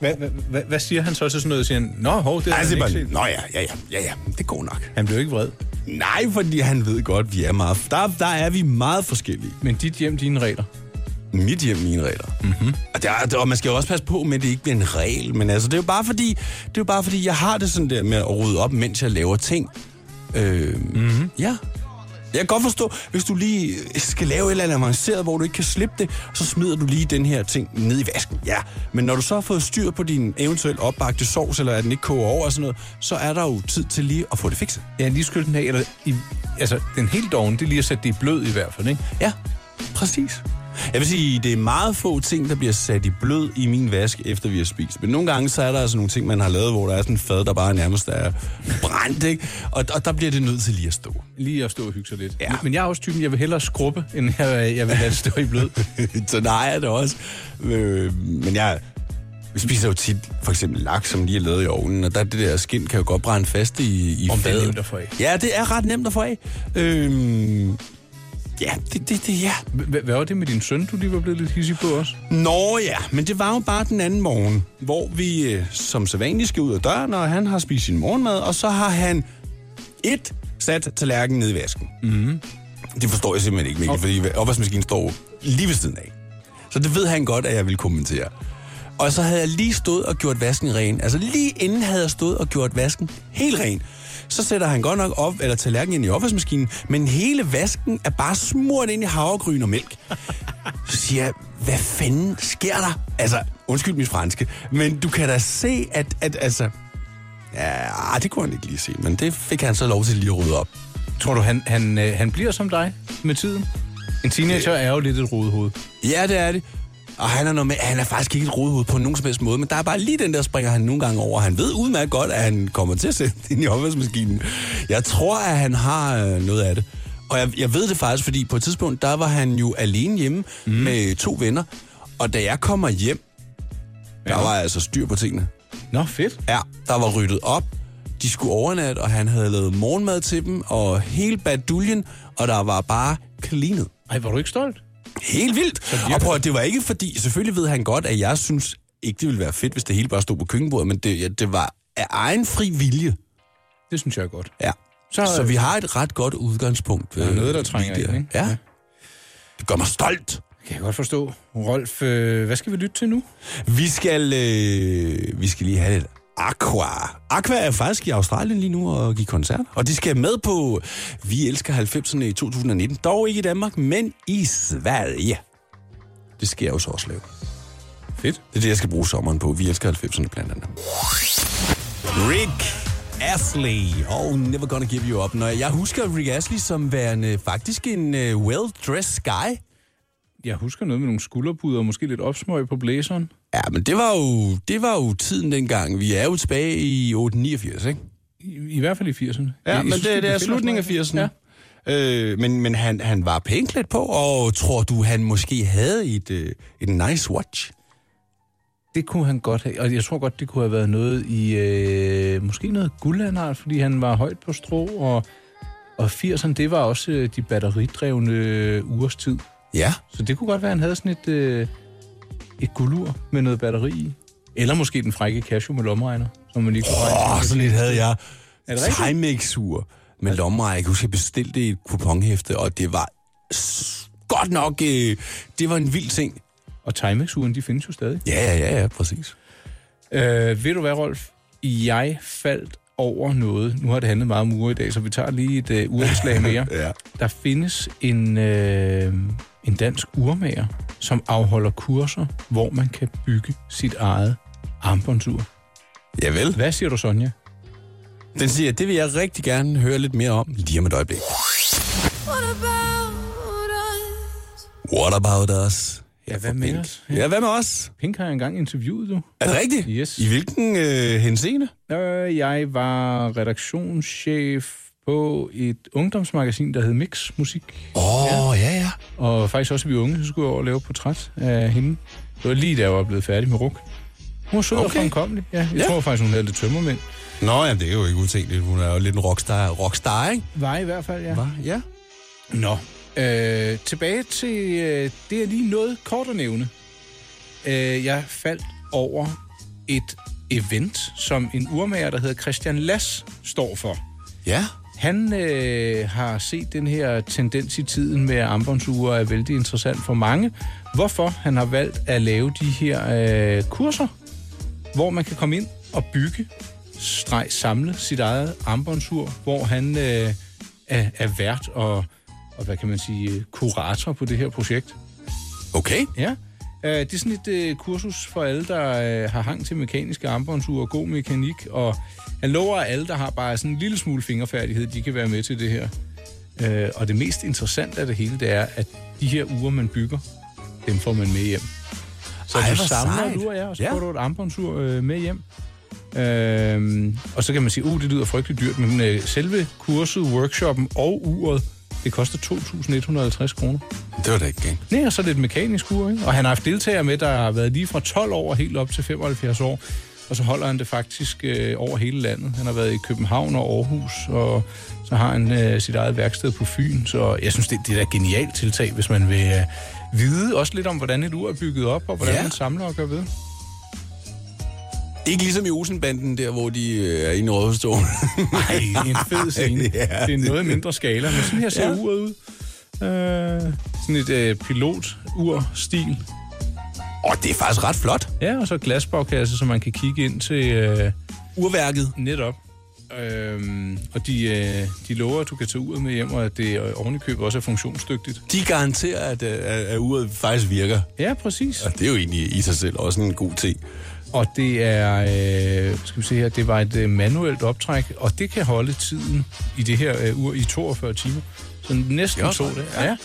Speaker 3: Hvad, hvad, hvad, hvad siger han så til sådan noget? Siger han, nå, hov, det er
Speaker 2: Altså,
Speaker 3: altså,
Speaker 2: det er
Speaker 3: han
Speaker 2: bare,
Speaker 3: ikke set.
Speaker 2: Nå ja, ja, ja, ja, ja, det går nok.
Speaker 3: Han blev ikke vred.
Speaker 2: Nej, fordi han ved godt, vi er meget... Der, der er vi meget forskellige.
Speaker 3: Men dit hjem, dine regler.
Speaker 2: mit hjem, mine regler. Mm-hmm. Og, der, der- og man skal jo også passe på med, at det ikke bliver en regel, men altså, det er jo bare fordi, det er jo bare fordi jeg har det sådan der med at rydde op, mens jeg laver ting. Øh, mm-hmm. Ja. Jeg kan godt forstå, hvis du lige skal lave et eller andet avanceret, hvor du ikke kan slippe det, så smider du lige den her ting ned i vasken. Ja, men når du så har fået styr på din eventuelt opbagte sovs, eller at den ikke koger over og sådan noget, så er der jo tid til lige at få det fikset.
Speaker 3: Ja, lige skyld den af, eller i, altså, den helt doven, det er lige at sætte det i blød i hvert fald, ikke?
Speaker 2: Ja, præcis. Jeg vil sige, det er meget få ting, der bliver sat i blød i min vask, efter vi har spist. Men nogle gange, så er der altså nogle ting, man har lavet, hvor der er sådan en fad, der bare nærmest er brændt, ikke? Og, og der bliver det nødt til lige at stå. <laughs>
Speaker 3: Lige at stå og hygge sig lidt.
Speaker 2: Ja.
Speaker 3: Men jeg er også typen, jeg vil hellere skrubbe, end jeg, jeg vil lade det stå i blød.
Speaker 2: så nej er det også. Øh, men jeg vi spiser jo tit for eksempel laks, som lige er lavet i ovnen, og der er det der skind kan jo godt brænde fast i, i
Speaker 3: Om det er
Speaker 2: fadet.
Speaker 3: nemt at få af.
Speaker 2: Ja, det er ret nemt at få af. Øhm, ja, det, det, det, ja.
Speaker 3: Hvad hvad var det med din søn, du lige var blevet lidt hissig på også?
Speaker 2: Nå ja, men det var jo bare den anden morgen, hvor vi øh, som sædvanligt skal ud af døren, og han har spist sin morgenmad, og så har han et sat tallerkenen ned i vasken. Mm-hmm. Det forstår jeg simpelthen ikke, Mikkel, fordi opvaskemaskinen står lige ved siden af. Så det ved han godt, at jeg vil kommentere. Og så havde jeg lige stået og gjort vasken ren. Altså lige inden havde jeg stået og gjort vasken helt ren. Så sætter han godt nok op, eller tallerkenen ind i opvaskemaskinen, men hele vasken er bare smurt ind i havregryn og mælk. Så siger jeg, hvad fanden sker der? Altså, undskyld mit franske, men du kan da se, at, at altså... Ja, ah, det kunne han ikke lige se, men det fik han så lov til lige at rydde op.
Speaker 3: Tror du, han, han, øh, han bliver som dig med tiden? En teenager er jo lidt et rodehoved.
Speaker 2: Ja, det er det. Og han er, noget med, han er faktisk ikke et rodehoved på nogen som helst måde, men der er bare lige den der springer han nogle gange over. Han ved udmærket godt, at han kommer til at sætte <laughs> den ind i opvaskemaskinen. Jeg tror, at han har øh, noget af det. Og jeg, jeg ved det faktisk, fordi på et tidspunkt, der var han jo alene hjemme mm. med to venner. Og da jeg kommer hjem, der var altså styr på tingene.
Speaker 3: Nå, fedt.
Speaker 2: Ja, der var ryddet op. De skulle overnatte, og han havde lavet morgenmad til dem, og hele baduljen, og der var bare cleanet.
Speaker 3: Ej, var du ikke stolt?
Speaker 2: Helt vildt. Og prøv at, det var ikke fordi, selvfølgelig ved han godt, at jeg synes ikke, det ville være fedt, hvis det hele bare stod på køkkenbordet, men det, ja, det var af egen fri vilje.
Speaker 3: Det synes jeg er godt.
Speaker 2: Ja. Så,
Speaker 3: Så-
Speaker 2: så vi har et ret godt udgangspunkt. øh, Der
Speaker 3: er noget, der trænger ind, ikke?
Speaker 2: Ja. Det gør mig stolt.
Speaker 3: Kan jeg godt forstå. Rolf, øh, hvad skal vi lytte til nu?
Speaker 2: Vi skal, øh, vi skal lige have lidt Aqua. Aqua er faktisk i Australien lige nu og give koncert. Og de skal med på Vi elsker 90'erne i 2019. Dog ikke i Danmark, men i Sverige. Det sker jo så også lave.
Speaker 3: Fedt.
Speaker 2: Det er det, jeg skal bruge sommeren på. Vi elsker 90'erne blandt andet. Rick Astley. Oh, never gonna give you up. Når jeg husker Rick Astley som værende faktisk en uh, well-dressed guy.
Speaker 3: Jeg husker noget med nogle skulderpuder og måske lidt opsmøg på blæseren.
Speaker 2: Ja, men det var jo, det var jo tiden dengang. Vi er jo tilbage i 889, ikke?
Speaker 3: I, I hvert fald i 80'erne.
Speaker 2: Ja,
Speaker 3: Jeg-
Speaker 2: men
Speaker 3: jeg synes, vi
Speaker 2: det, det er
Speaker 3: befinder os
Speaker 2: slutningen af
Speaker 3: meget-
Speaker 2: 80'erne.
Speaker 3: Ja.
Speaker 2: Ja. Øh, men men han, han var pænt klædt på, og tror du, han måske havde et, øh, et nice watch?
Speaker 3: Det kunne han godt have, og jeg tror godt, det kunne have været noget i, øh, måske noget guldandart, fordi han var højt på strå, og, og 80'erne, det var også øh, de batteridrevne øh, ugers tid.
Speaker 2: Ja.
Speaker 3: Så det kunne godt være, at han havde sådan et, øh, et gulur med noget batteri i. Eller måske den frække cashew med lommeregner, som man lige kunne
Speaker 2: Åh, oh,
Speaker 3: regne.
Speaker 2: sådan et havde jeg.
Speaker 3: Er det rigtigt?
Speaker 2: Timex-ur med lommeregn. Jeg kan huske, jeg bestilte det i et kuponhæfte, og det var s- godt nok... Øh, det var en vild ting.
Speaker 3: Og Timex-uren, de findes jo stadig.
Speaker 2: Ja, ja, ja, ja, præcis.
Speaker 3: Øh, ved du hvad, Rolf? Jeg faldt over noget. Nu har det handlet meget om uger i dag, så vi tager lige et øh, ureslag mere.
Speaker 2: Ja.
Speaker 3: Der findes en, øh, en dansk urmager, som afholder kurser, hvor man kan bygge sit eget armbåndsur.
Speaker 2: Ja vel.
Speaker 3: Hvad siger du, Sonja?
Speaker 2: Den siger, det vil jeg rigtig gerne høre lidt mere om lige om et øjeblik. What about us?
Speaker 3: Ja, hvad med
Speaker 2: Pink.
Speaker 3: os?
Speaker 2: Ja, hvad med os?
Speaker 3: Pink har jeg engang interviewet, du.
Speaker 2: Er det rigtigt?
Speaker 3: Yes.
Speaker 2: I hvilken øh, henseende?
Speaker 3: Øh, jeg var redaktionschef på et ungdomsmagasin, der hed Mix Musik.
Speaker 2: Åh, oh, ja, ja.
Speaker 3: Og faktisk også, at vi var unge, så skulle jeg over og lave et portræt af hende. Det var lige da jeg var blevet færdig med RUK. Hun var sød okay. og
Speaker 2: Okay.
Speaker 3: fremkommelig. Ja, jeg
Speaker 2: Ja.
Speaker 3: ja. tror faktisk, hun havde lidt tømmermænd.
Speaker 2: Nå, ja, det er jo ikke utænkeligt. Hun er jo lidt en rockstar, rockstar ikke?
Speaker 3: Var i hvert fald, ja.
Speaker 2: Hva? Ja.
Speaker 3: Nå. Øh, tilbage til øh, det, jeg lige nåede kort at nævne. Øh, jeg faldt over et event, som en urmager, der hedder Christian Lass, står for.
Speaker 2: Ja.
Speaker 3: Han øh, har set den her tendens i tiden med, at armbåndsure er vældig interessant for mange. Hvorfor han har valgt at lave de her øh, kurser, hvor man kan komme ind og bygge, streg, samle sit eget armbåndsur, hvor han øh, er, er vært og, og, hvad kan man sige, øh, kurator på det her projekt.
Speaker 2: Okay.
Speaker 3: Ja. Øh, Det er sådan et øh, kursus for alle, der øh, har hang til mekaniske armbåndsure og god mekanik, og han lover, at alle, der har bare sådan en lille smule fingerfærdighed, de kan være med til det her. Øh, Og det mest interessante af det hele, det er, at de her ure, man bygger, Dem får man med hjem. Så
Speaker 2: Ej,
Speaker 3: Ej,
Speaker 2: hvor
Speaker 3: du samler
Speaker 2: sejt.
Speaker 3: du og jeg, og så
Speaker 2: Ja.
Speaker 3: ja. får du et armbåndsur øh, med hjem. Øhm, og så kan man sige, uh, det lyder frygteligt dyrt, men øh, selve kurset, workshoppen og uret, det koster 2.150 kroner.
Speaker 2: Det var da ikke gængt.
Speaker 3: Nej, og så lidt mekanisk ur, ikke? Og han har haft deltagere med, der har været lige fra 12 år og helt op til 75 år. Og så holder han det faktisk øh, over hele landet. Han har været i København og Aarhus, og så har han øh, sit eget værksted på Fyn. Så jeg synes, det, det er da et genialt tiltag, hvis man vil øh, vide også lidt om, hvordan et ur er bygget op, og hvordan
Speaker 2: Ja.
Speaker 3: ja. man samler og gør ved.
Speaker 2: Ikke ligesom i Olsenbanden, der hvor de øh, er i en <laughs> rådstol.
Speaker 3: Ej, en fed scene.
Speaker 2: Ja,
Speaker 3: <laughs> ja, det er
Speaker 2: det-
Speaker 3: noget mindre skala, men sådan her ser
Speaker 2: Ja.
Speaker 3: ja. uret ud. Øh, sådan et øh, pilotur-stil.
Speaker 2: og det er faktisk ret flot.
Speaker 3: Ja, og så glasbagkasse, så man kan kigge ind til... Øh,
Speaker 2: Urværket.
Speaker 3: Netop. Øhm, og de, øh, de lover, at du kan tage uret med hjem, og at det øh, ovenikøb også er funktionsdygtigt.
Speaker 2: De garanterer, at, øh, at, at uret faktisk virker.
Speaker 3: Ja, præcis.
Speaker 2: Og det er jo egentlig i sig selv også en god ting.
Speaker 3: Og det er, øh, skal vi se her, det var et øh, manuelt optræk, og det kan holde tiden i det her øh, ur i 42 timer. Så næsten
Speaker 2: Det er
Speaker 3: det
Speaker 2: også
Speaker 3: to
Speaker 2: godt,
Speaker 3: det. Ja. ja.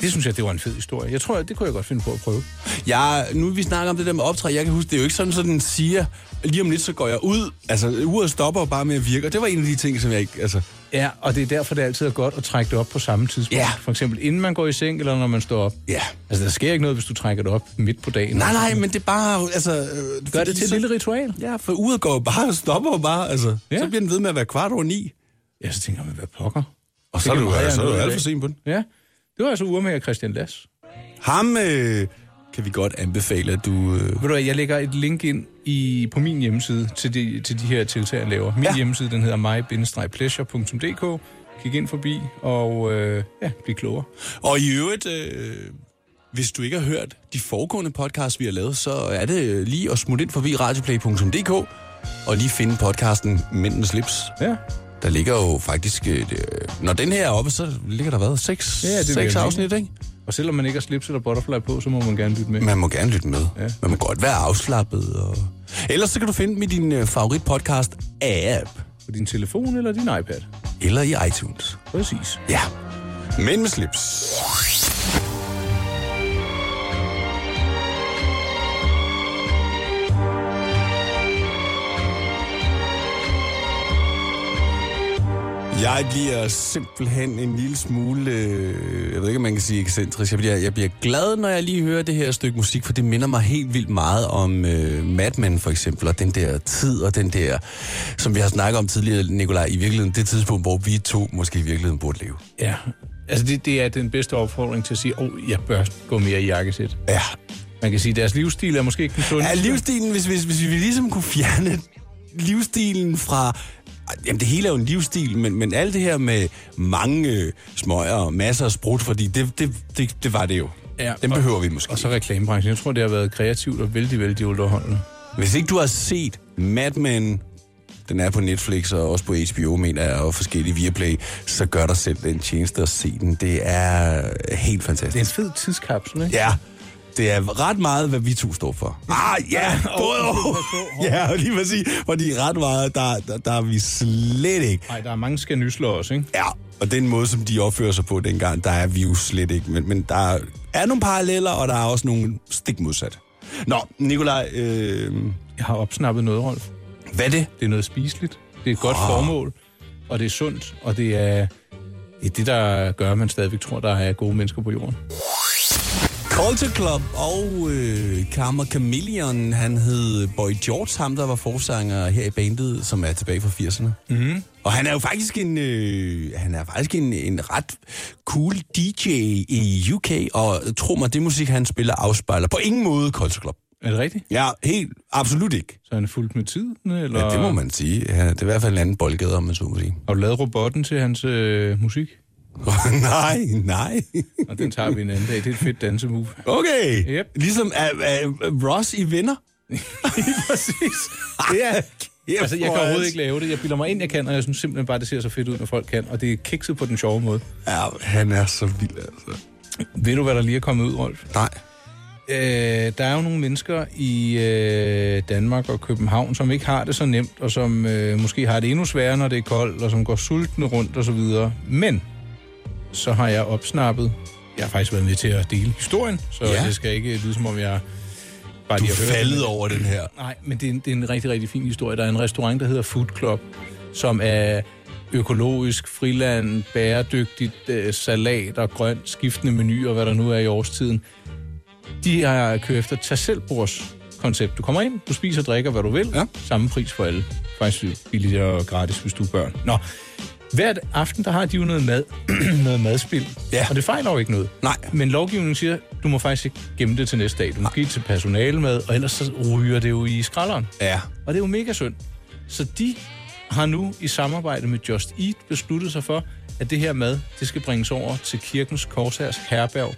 Speaker 3: Det synes jeg, det var en fed historie. Jeg tror, det kunne jeg godt finde på at prøve.
Speaker 2: Jeg, nu vi snakker om det der med optræk, jeg kan huske, det er jo ikke sådan, at den siger, lige om lidt, så går jeg ud. Altså, uret stopper jo bare med at virke, og det var en af de ting, som jeg ikke... Altså,
Speaker 3: Ja, og det er derfor, det altid er godt at trække det op på samme tidspunkt.
Speaker 2: Ja.
Speaker 3: For eksempel inden man går i seng, eller når man står op.
Speaker 2: ja.
Speaker 3: Altså, der sker ikke noget, hvis du trækker det op midt på dagen.
Speaker 2: Nej, nej, men det er bare... Altså, øh,
Speaker 3: Gør
Speaker 2: fordi
Speaker 3: det til et
Speaker 2: så-
Speaker 3: lille ritual.
Speaker 2: Ja, for uret går jo bare og stopper jo bare. Altså, ja.
Speaker 3: Ja.
Speaker 2: Så bliver den ved med at være kvart over ni.
Speaker 3: Ja, så tænker man, hvad pokker?
Speaker 2: Og så
Speaker 3: Det
Speaker 2: er
Speaker 3: kan
Speaker 2: du,
Speaker 3: meget
Speaker 2: ja, så er
Speaker 3: gerne
Speaker 2: du
Speaker 3: nå i
Speaker 2: alt
Speaker 3: dag.
Speaker 2: for sent på den.
Speaker 3: Ja, det var altså urmager Christian Lass.
Speaker 2: Ham øh, kan vi godt anbefale, at du... Øh,
Speaker 3: Ved du hvad, jeg lægger et link ind i, på min hjemmeside til de, til de her tiltag, jeg laver. Min
Speaker 2: Ja.
Speaker 3: ja. hjemmeside, den hedder my-pleasure.dk. Kig ind forbi og øh, ja, bliv klogere.
Speaker 2: Og i øvrigt, øh, hvis du ikke har hørt de foregående podcasts, vi har lavet, så er det øh, lige at smutte ind forbi radioplay.dk og lige finde podcasten Mændens Lips.
Speaker 3: Ja,
Speaker 2: Der ligger jo faktisk... Øh, når den her er oppe, så ligger der hvad? Seks,
Speaker 3: Ja,
Speaker 2: ja,
Speaker 3: det vil jeg
Speaker 2: seks
Speaker 3: mene.
Speaker 2: afsnit, ikke?
Speaker 3: og selvom man ikke har slipset og butterfly på, så må man gerne lytte med.
Speaker 2: Man må gerne lytte med. Ja.
Speaker 3: Ja.
Speaker 2: Man må godt være afslappet. Og... Ellers så kan du finde dem i din øh, favoritpodcast app
Speaker 3: På din telefon eller din iPad.
Speaker 2: eller i iTunes.
Speaker 3: Præcis.
Speaker 2: Ja. Mænd med slips. Jeg bliver simpelthen en lille smule, øh, jeg ved ikke, om man kan sige ekscentrisk. Jeg bliver, jeg bliver glad, når jeg lige hører det her stykke musik, for det minder mig helt vildt meget om øh, Mad Men for eksempel, og den der tid, og den der, som vi har snakket om tidligere, Nikolaj, i virkeligheden det tidspunkt, hvor vi to måske i virkeligheden burde leve.
Speaker 3: Ja, altså det, det er den bedste opfordring til at sige, åh, oh, jeg bør gå mere i jakkesæt.
Speaker 2: Ja.
Speaker 3: Man kan sige, at deres livsstil er måske ikke den sundeste.
Speaker 2: Er livsstilen, hvis, hvis, hvis vi ligesom kunne fjerne livsstilen fra... Jamen, det hele er jo en livsstil, men, men alt det her med mange øh, smøger og masser af sprut, fordi det, det, det, det var det jo.
Speaker 3: Ja,
Speaker 2: Den
Speaker 3: og-
Speaker 2: behøver vi måske.
Speaker 3: Og så reklamebranchen. Jeg tror, det har været kreativt og vældig, vældig underholdende.
Speaker 2: Hvis ikke du har set Mad Men, den er på Netflix og også på HBO, mener jeg, og forskellige Viaplay, så gør dig selv den tjeneste at se den. Det er helt
Speaker 3: Det er en
Speaker 2: fantastisk.
Speaker 3: fed tidskapsel, ikke?
Speaker 2: Ja, det er ret meget, hvad vi to står for. Ah, ja, både og. <laughs> Ja, og lige for at sige, fordi ret meget, der, der, der er vi slet ikke.
Speaker 3: Nej, der er mange skanysler også, ikke?
Speaker 2: Ja, og den måde, som de opfører sig på dengang, der er vi jo slet ikke. Men, men der er nogle paralleller, og der er også nogle stik modsat. Nå, Nikolaj, øh,
Speaker 3: Jeg har opsnappet noget, Rolf.
Speaker 2: hvad er det?
Speaker 3: Det er noget spiseligt. Det er et godt
Speaker 2: Ah.
Speaker 3: formål, og det er sundt, og det er det, er det der gør, at man stadigvæk tror, der er gode mennesker på jorden.
Speaker 2: Culture Club og øh, Karma Chameleon, han hed Boy George, ham der var forsanger her i bandet, som er tilbage fra 80'erne.
Speaker 3: Mhm.
Speaker 2: Mm-hmm. Og han er jo faktisk en, øh, han er faktisk en, en ret cool DJ i UK, og tro mig, det musik, han spiller, afspejler på ingen måde Culture Club.
Speaker 3: Er det rigtigt?
Speaker 2: Ja, helt, absolut ikke.
Speaker 3: Så er han fuldt med tiden, eller
Speaker 2: Ja, det må man sige. Ja, det er i hvert fald en anden boldgade, om man så må sige. <laughs>
Speaker 3: har du lavet robotten til hans øh, musik?
Speaker 2: nej, nej.
Speaker 3: Og den tager vi en anden dag. Det er et fedt
Speaker 2: <laughs>
Speaker 3: dansemove.
Speaker 2: Okay.
Speaker 3: Yep.
Speaker 2: Ligesom er, er Ross i
Speaker 3: <laughs>
Speaker 2: Venner.
Speaker 3: Præcis.
Speaker 2: Det er...
Speaker 3: Altså, jeg kan overhovedet ikke lave det. Jeg bilder mig ind, jeg kan, og jeg synes simpelthen bare, det ser så fedt ud, når folk kan. Og det er kikset på den sjove måde.
Speaker 2: Ja, han er så vild, altså.
Speaker 3: Ved du, hvad der lige er kommet ud, Rolf?
Speaker 2: Nej.
Speaker 3: Øh, der er jo nogle mennesker i øh, Danmark og København, som ikke har det så nemt, og som øh, måske har det endnu sværere, når det er koldt, og som går sultne rundt og så videre. Men så har jeg opsnappet Jeg har faktisk været med til at dele historien, så
Speaker 2: Ja.
Speaker 3: ja. det skal ikke lyde som om jeg bare
Speaker 2: Du
Speaker 3: lige har hørt
Speaker 2: faldet over den her.
Speaker 3: Nej, men det er, en, det er en rigtig, rigtig fin historie. Der er en restaurant, der hedder Food Club, som er økologisk, friland, bæredygtigt, øh, salat og grønt, skiftende menuer, hvad der nu er i årstiden. De har kørt efter tag selv koncept. Du kommer ind, du spiser og drikker, hvad du vil.
Speaker 2: Ja.
Speaker 3: Samme pris for alle. Faktisk billigt og gratis, hvis du er børn. Nå, hvert aften, der har de jo noget mad, <clears throat> noget madspil.
Speaker 2: Ja.
Speaker 3: Og det fejler jo ikke noget.
Speaker 2: Nej.
Speaker 3: Men lovgivningen siger, du må faktisk ikke gemme det til næste dag. Du må give det til personalemad, og ellers så ryger det jo i skralderen.
Speaker 2: Ja.
Speaker 3: Og det er jo mega synd. Så de har nu i samarbejde med Just Eat besluttet sig for, at det her mad, det skal bringes over til kirkens korsærs herberg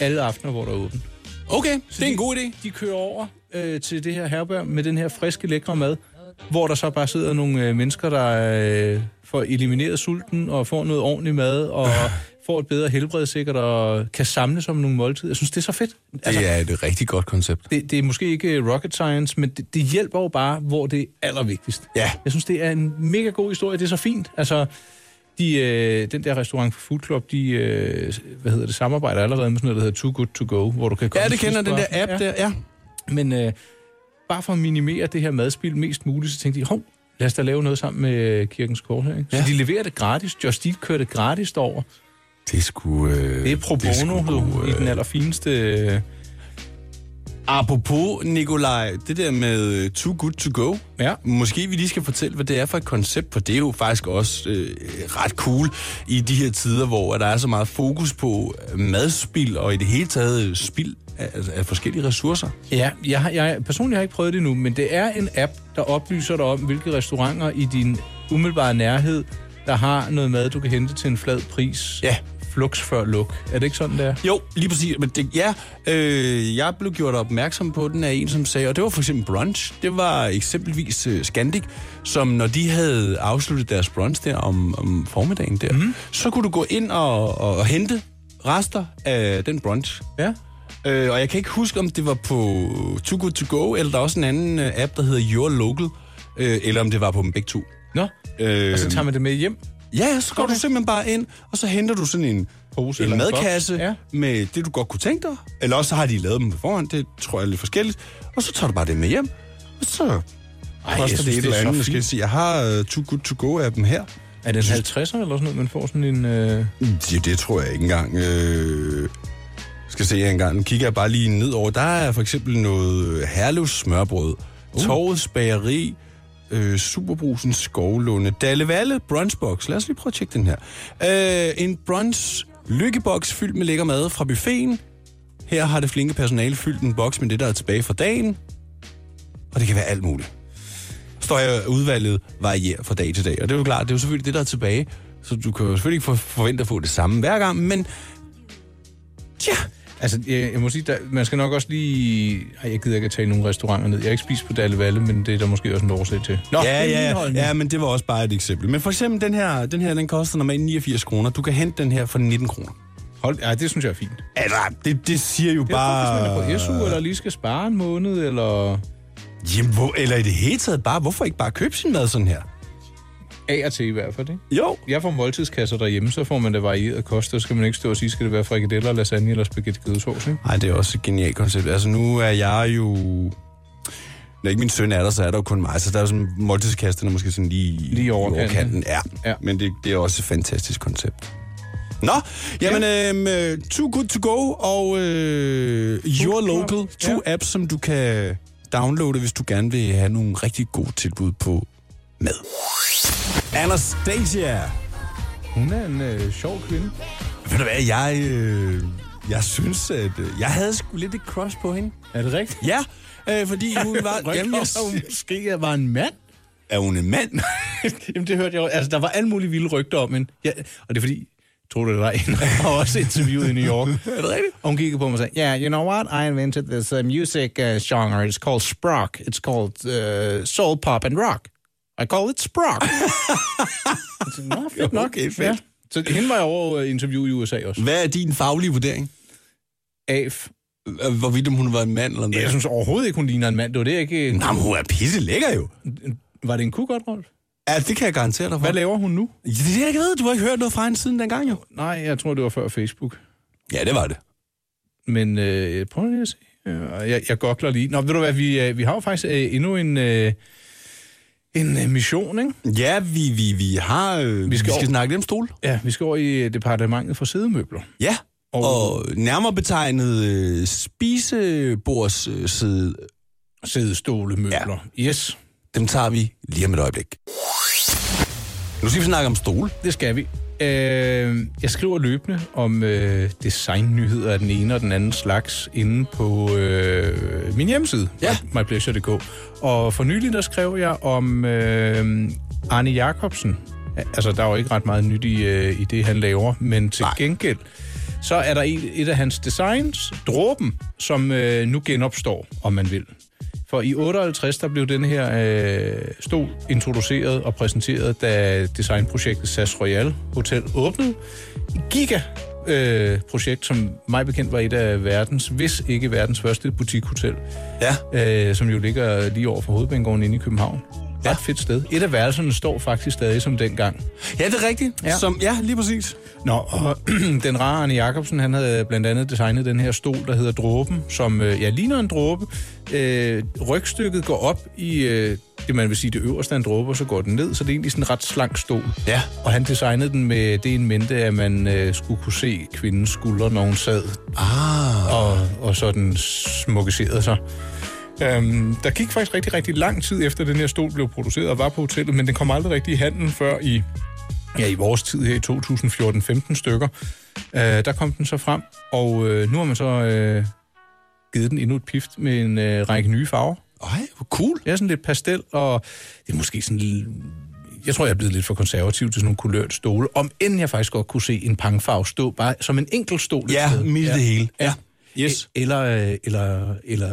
Speaker 3: alle aftener, hvor der er åbent.
Speaker 2: Okay, det er en god idé.
Speaker 3: De kører over øh, til det her herberg med den her friske, lækre mad, hvor der så bare sidder nogle øh, mennesker, der øh, får elimineret sulten og får noget ordentligt mad
Speaker 2: <laughs>
Speaker 3: og får et bedre helbred sikkert og kan samles om nogle måltider. Jeg synes, det er så fedt. Altså,
Speaker 2: Det er et rigtig godt koncept.
Speaker 3: det, det er måske ikke øh, rocket science, men det, det hjælper jo bare, hvor det er allervigtigst.
Speaker 2: Ja.
Speaker 3: Jeg synes, det er en mega god historie. Det er så fint. Altså, de, øh, den der restaurant for Food Club, de øh, hvad hedder det, samarbejder allerede med sådan noget, der hedder Too Good To Go, hvor du kan komme
Speaker 2: Ja, det
Speaker 3: sidst
Speaker 2: kender
Speaker 3: på
Speaker 2: den der
Speaker 3: aftenen.
Speaker 2: app
Speaker 3: Ja.
Speaker 2: der. Ja.
Speaker 3: Men øh, bare for at minimere det her madspil mest muligt, så tænkte de, hov, lad os da lave noget sammen med øh, Kirkens Kors her. Ikke? Så
Speaker 2: Ja.
Speaker 3: de leverer det gratis. Just Eat kører det gratis over.
Speaker 2: Det skulle... Øh,
Speaker 3: Det er pro
Speaker 2: sgu
Speaker 3: bono
Speaker 2: god,
Speaker 3: du, i
Speaker 2: øh,
Speaker 3: den allerfineste... Øh,
Speaker 2: Apropos, Nikolaj, det der med øh, too good to go.
Speaker 3: Ja.
Speaker 2: Måske vi lige skal fortælle, hvad det er for et koncept, for det er jo faktisk også øh, ret cool i de her tider, hvor der er så meget fokus på øh, madspil og i det hele taget øh, spild af, altså, af forskellige ressourcer.
Speaker 3: Ja, jeg, har- jeg personligt har jeg ikke prøvet det endnu, men det er en app, der oplyser dig om, hvilke restauranter i din umiddelbare nærhed, der har noget mad, du kan hente til en flad pris.
Speaker 2: Ja.
Speaker 3: Flux før luk. Er det ikke sådan, det er?
Speaker 2: Jo, lige præcis. Men det, ja, øh, jeg blev gjort opmærksom på den af en, som sagde, og det var for eksempel brunch. Det var eksempelvis øh, Scandic, som når de havde afsluttet deres brunch der om, om formiddagen der, mm. så kunne du gå ind og, og, og hente rester af den brunch.
Speaker 3: Ja.
Speaker 2: Øh, og jeg kan ikke huske, om det var på Too Good To Go, eller der er også en anden øh, app, der hedder Your Local, øh, eller om det var på dem begge to.
Speaker 3: Nå,
Speaker 2: Øh,
Speaker 3: og så tager man det med hjem.
Speaker 2: Ja, så går okay. du simpelthen bare ind, og så henter du sådan en,
Speaker 3: Pose
Speaker 2: en
Speaker 3: eller en
Speaker 2: madkasse
Speaker 3: boks,
Speaker 2: ja.
Speaker 3: ja.
Speaker 2: med det, du godt kunne tænke dig. Eller også så har de lavet dem på forhånd, det tror jeg er lidt forskelligt. Og så tager du bare det med hjem, og så Ej, koster det
Speaker 3: synes,
Speaker 2: et
Speaker 3: det er
Speaker 2: eller
Speaker 3: så
Speaker 2: andet. Jeg
Speaker 3: fint.
Speaker 2: skal sige, jeg har uh, Too Good To Go-appen her.
Speaker 3: Er det en 50'er eller sådan noget, man får sådan en... Øh...
Speaker 2: Det, det tror jeg ikke engang. Øh, skal se her engang. Nu kigger jeg bare lige ned over. Der er for eksempel noget øh, Herlevs smørbrød, uh. Torvets Bageri, øh, Superbrusen Skovlunde, Dalle Valle Brunchbox. Lad os lige prøve at tjekke den her. Øh, en brunch lykkeboks fyldt med lækker mad fra buffeten. Her har det flinke personale fyldt en boks med det, der er tilbage fra dagen. Og det kan være alt muligt. Står jeg udvalget varierer fra dag til dag. Og det er jo klart, det er jo selvfølgelig det, der er tilbage. Så du kan jo selvfølgelig ikke for- forvente at få det samme hver gang, men tja,
Speaker 3: Altså, jeg, jeg må sige, der, man skal nok også lige... Ej, jeg gider ikke at tage nogen restauranter ned. Jeg har ikke spist på Dalle Valle, men det er der måske også en årsag til. Nå,
Speaker 2: ja,
Speaker 3: det er min
Speaker 2: ja,
Speaker 3: holdning.
Speaker 2: ja, men det var også bare et eksempel. Men for eksempel den her, den her den koster normalt 89 kroner. Du kan hente den her for 19 kroner.
Speaker 3: Hold, ja, det synes jeg er fint.
Speaker 2: Altså, det, det siger jo
Speaker 3: Det er
Speaker 2: bare...
Speaker 3: fedt, hvis man er på SU, eller lige skal spare en måned, eller...
Speaker 2: Jamen, hvor, eller i det hele taget bare, hvorfor ikke bare købe sin mad sådan her?
Speaker 3: Af og til i hvert fald, ikke?
Speaker 2: Jo,
Speaker 3: Jeg får måltidskasser derhjemme, så får man det varieret kost, og så skal man ikke stå og sige, skal det være frikadeller, lasagne eller spaghetti kødsovs, ikke?
Speaker 2: Nej, det er også et genialt koncept. Altså, nu er jeg jo... Når ikke min søn er der, så er der jo kun mig. Så der er jo sådan måltidskasten er måske sådan lige,
Speaker 3: Lige i overkanten.
Speaker 2: Ja. ja.
Speaker 3: Ja.
Speaker 2: Men det, det er også et fantastisk koncept. Nå, jamen, ja. øhm, Too Good To Go og øh, Your Local. To apps, som du kan downloade, hvis du gerne vil have nogle rigtig gode tilbud på mad. Anastasia.
Speaker 3: Hun er en øh, sjov kvinde.
Speaker 2: Ved du hvad, jeg, øh, jeg synes, at øh, jeg havde sgu lidt et crush på hende.
Speaker 3: Er det rigtigt?
Speaker 2: Ja, øh, fordi hun <laughs> var...
Speaker 3: Jamen, jeg hun måske jeg var en mand.
Speaker 2: er hun en mand? <laughs>
Speaker 3: Jamen, det hørte jeg jo. Altså, der var alle mulige vilde rygter om hende. Ja, og det er fordi, tror du det var en, der var også interviewet i New York. er det rigtigt? Og hun kiggede på mig og sagde, yeah, you know what? I invented this uh, music uh, genre. It's called sprock. It's called uh, soul pop and rock. I call it sprock. Jeg tænkte, <laughs> Nå, fedt nok.
Speaker 2: Okay, fedt.
Speaker 3: Så hende var jeg over uh, interview i USA også.
Speaker 2: Hvad er din faglige vurdering?
Speaker 3: Af.
Speaker 2: Øh, Hvorvidt om hun var en mand eller en
Speaker 3: Jeg
Speaker 2: mand?
Speaker 3: synes overhovedet ikke, hun ligner en mand. Det var det ikke...
Speaker 2: Nå, men hun er pisse lækker jo.
Speaker 3: Var det en kukkert, Rolf?
Speaker 2: Ja, det kan jeg garantere dig for.
Speaker 3: Hvad laver hun nu?
Speaker 2: Ja, Det er det, jeg ikke ved. Du har ikke hørt noget fra hende siden dengang jo.
Speaker 3: Nej, jeg tror, det var før Facebook.
Speaker 2: Ja, det var det.
Speaker 3: Men øh, prøv lige at se. Øh, Jeg, jeg gokler lige. Nå, ved du hvad, vi, øh, vi har jo faktisk øh, endnu en, øh, en øh, mission, ikke?
Speaker 2: Ja, vi, vi, vi har... Øh, vi, skal
Speaker 3: skal
Speaker 2: vi
Speaker 3: over-
Speaker 2: skal snakke lidt om stol.
Speaker 3: Ja, vi skal over i øh, departementet for sædemøbler.
Speaker 2: Ja,
Speaker 3: Og-
Speaker 2: og, og nærmere betegnet øh, spisebordsside.
Speaker 3: Sædestolemøbler. Ja. Yes,
Speaker 2: Dem tager vi lige om et øjeblik. Nu skal vi snakke om stol.
Speaker 3: det skal vi. Øh, jeg skriver løbende om øh, designnyheder af den ene og den anden slags inde på øh, min hjemmeside,
Speaker 2: Ja.
Speaker 3: my- mypleasure.dk. Og for nylig der skrev jeg om øh, Arne Jacobsen. Altså, der er jo ikke ret meget nyt i, øh, i det, han laver, men til Nej.
Speaker 2: Nej.
Speaker 3: gengæld, så er der et, et af hans designs, Dråben, som øh, nu genopstår, om man vil. For i 58, der blev den her øh, stol introduceret og præsenteret, da designprojektet SAS Royal Hotel åbnede. Giga øh, projekt, som mig bekendt var et af verdens, hvis ikke verdens første butikhotel
Speaker 2: Ja.
Speaker 3: øh, som jo ligger lige over for hovedbanegården inde i København. Ja.
Speaker 2: Ja.
Speaker 3: Ret fedt sted. Et af værelserne står faktisk stadig som dengang.
Speaker 2: Ja, det er rigtigt.
Speaker 3: Ja.
Speaker 2: Ja, Som, ja lige præcis.
Speaker 3: Nå, og <clears throat> den rare Arne Jacobsen, han havde blandt andet designet den her stol, der hedder Dråben, som øh, ja, ligner en dråbe. Øh, rygstykket går op i øh, det, man vil sige, det øverste af en dråbe, og så går den ned, så det er egentlig sådan en ret slank stol.
Speaker 2: Ja.
Speaker 3: Og han designede den med det en mente, at man øh, skulle kunne se kvindens skuldre, når hun sad
Speaker 2: Ah.
Speaker 3: og, og sådan smukkiseret sig. Øhm, der gik faktisk rigtig, rigtig lang tid efter, den her stol blev produceret og var på hotellet, men den kom aldrig rigtig i handel før i, ja, i vores tid her i 2014-15 stykker. Øh, der kom den så frem, og øh, nu har man så øh, givet den endnu et pift med en øh, række nye farver.
Speaker 2: Ej, hvor cool.
Speaker 3: Det er sådan lidt pastel, og det er måske sådan lidt... Jeg tror, jeg er blevet lidt for konservativ til sådan nogle kulørt stole, om end jeg faktisk godt kunne se en pangfarve stå bare som en enkelt stol. et
Speaker 2: Ja,
Speaker 3: sted.
Speaker 2: midt ja. det hele. Ja. Yes.
Speaker 3: E- Eller, øh, eller, eller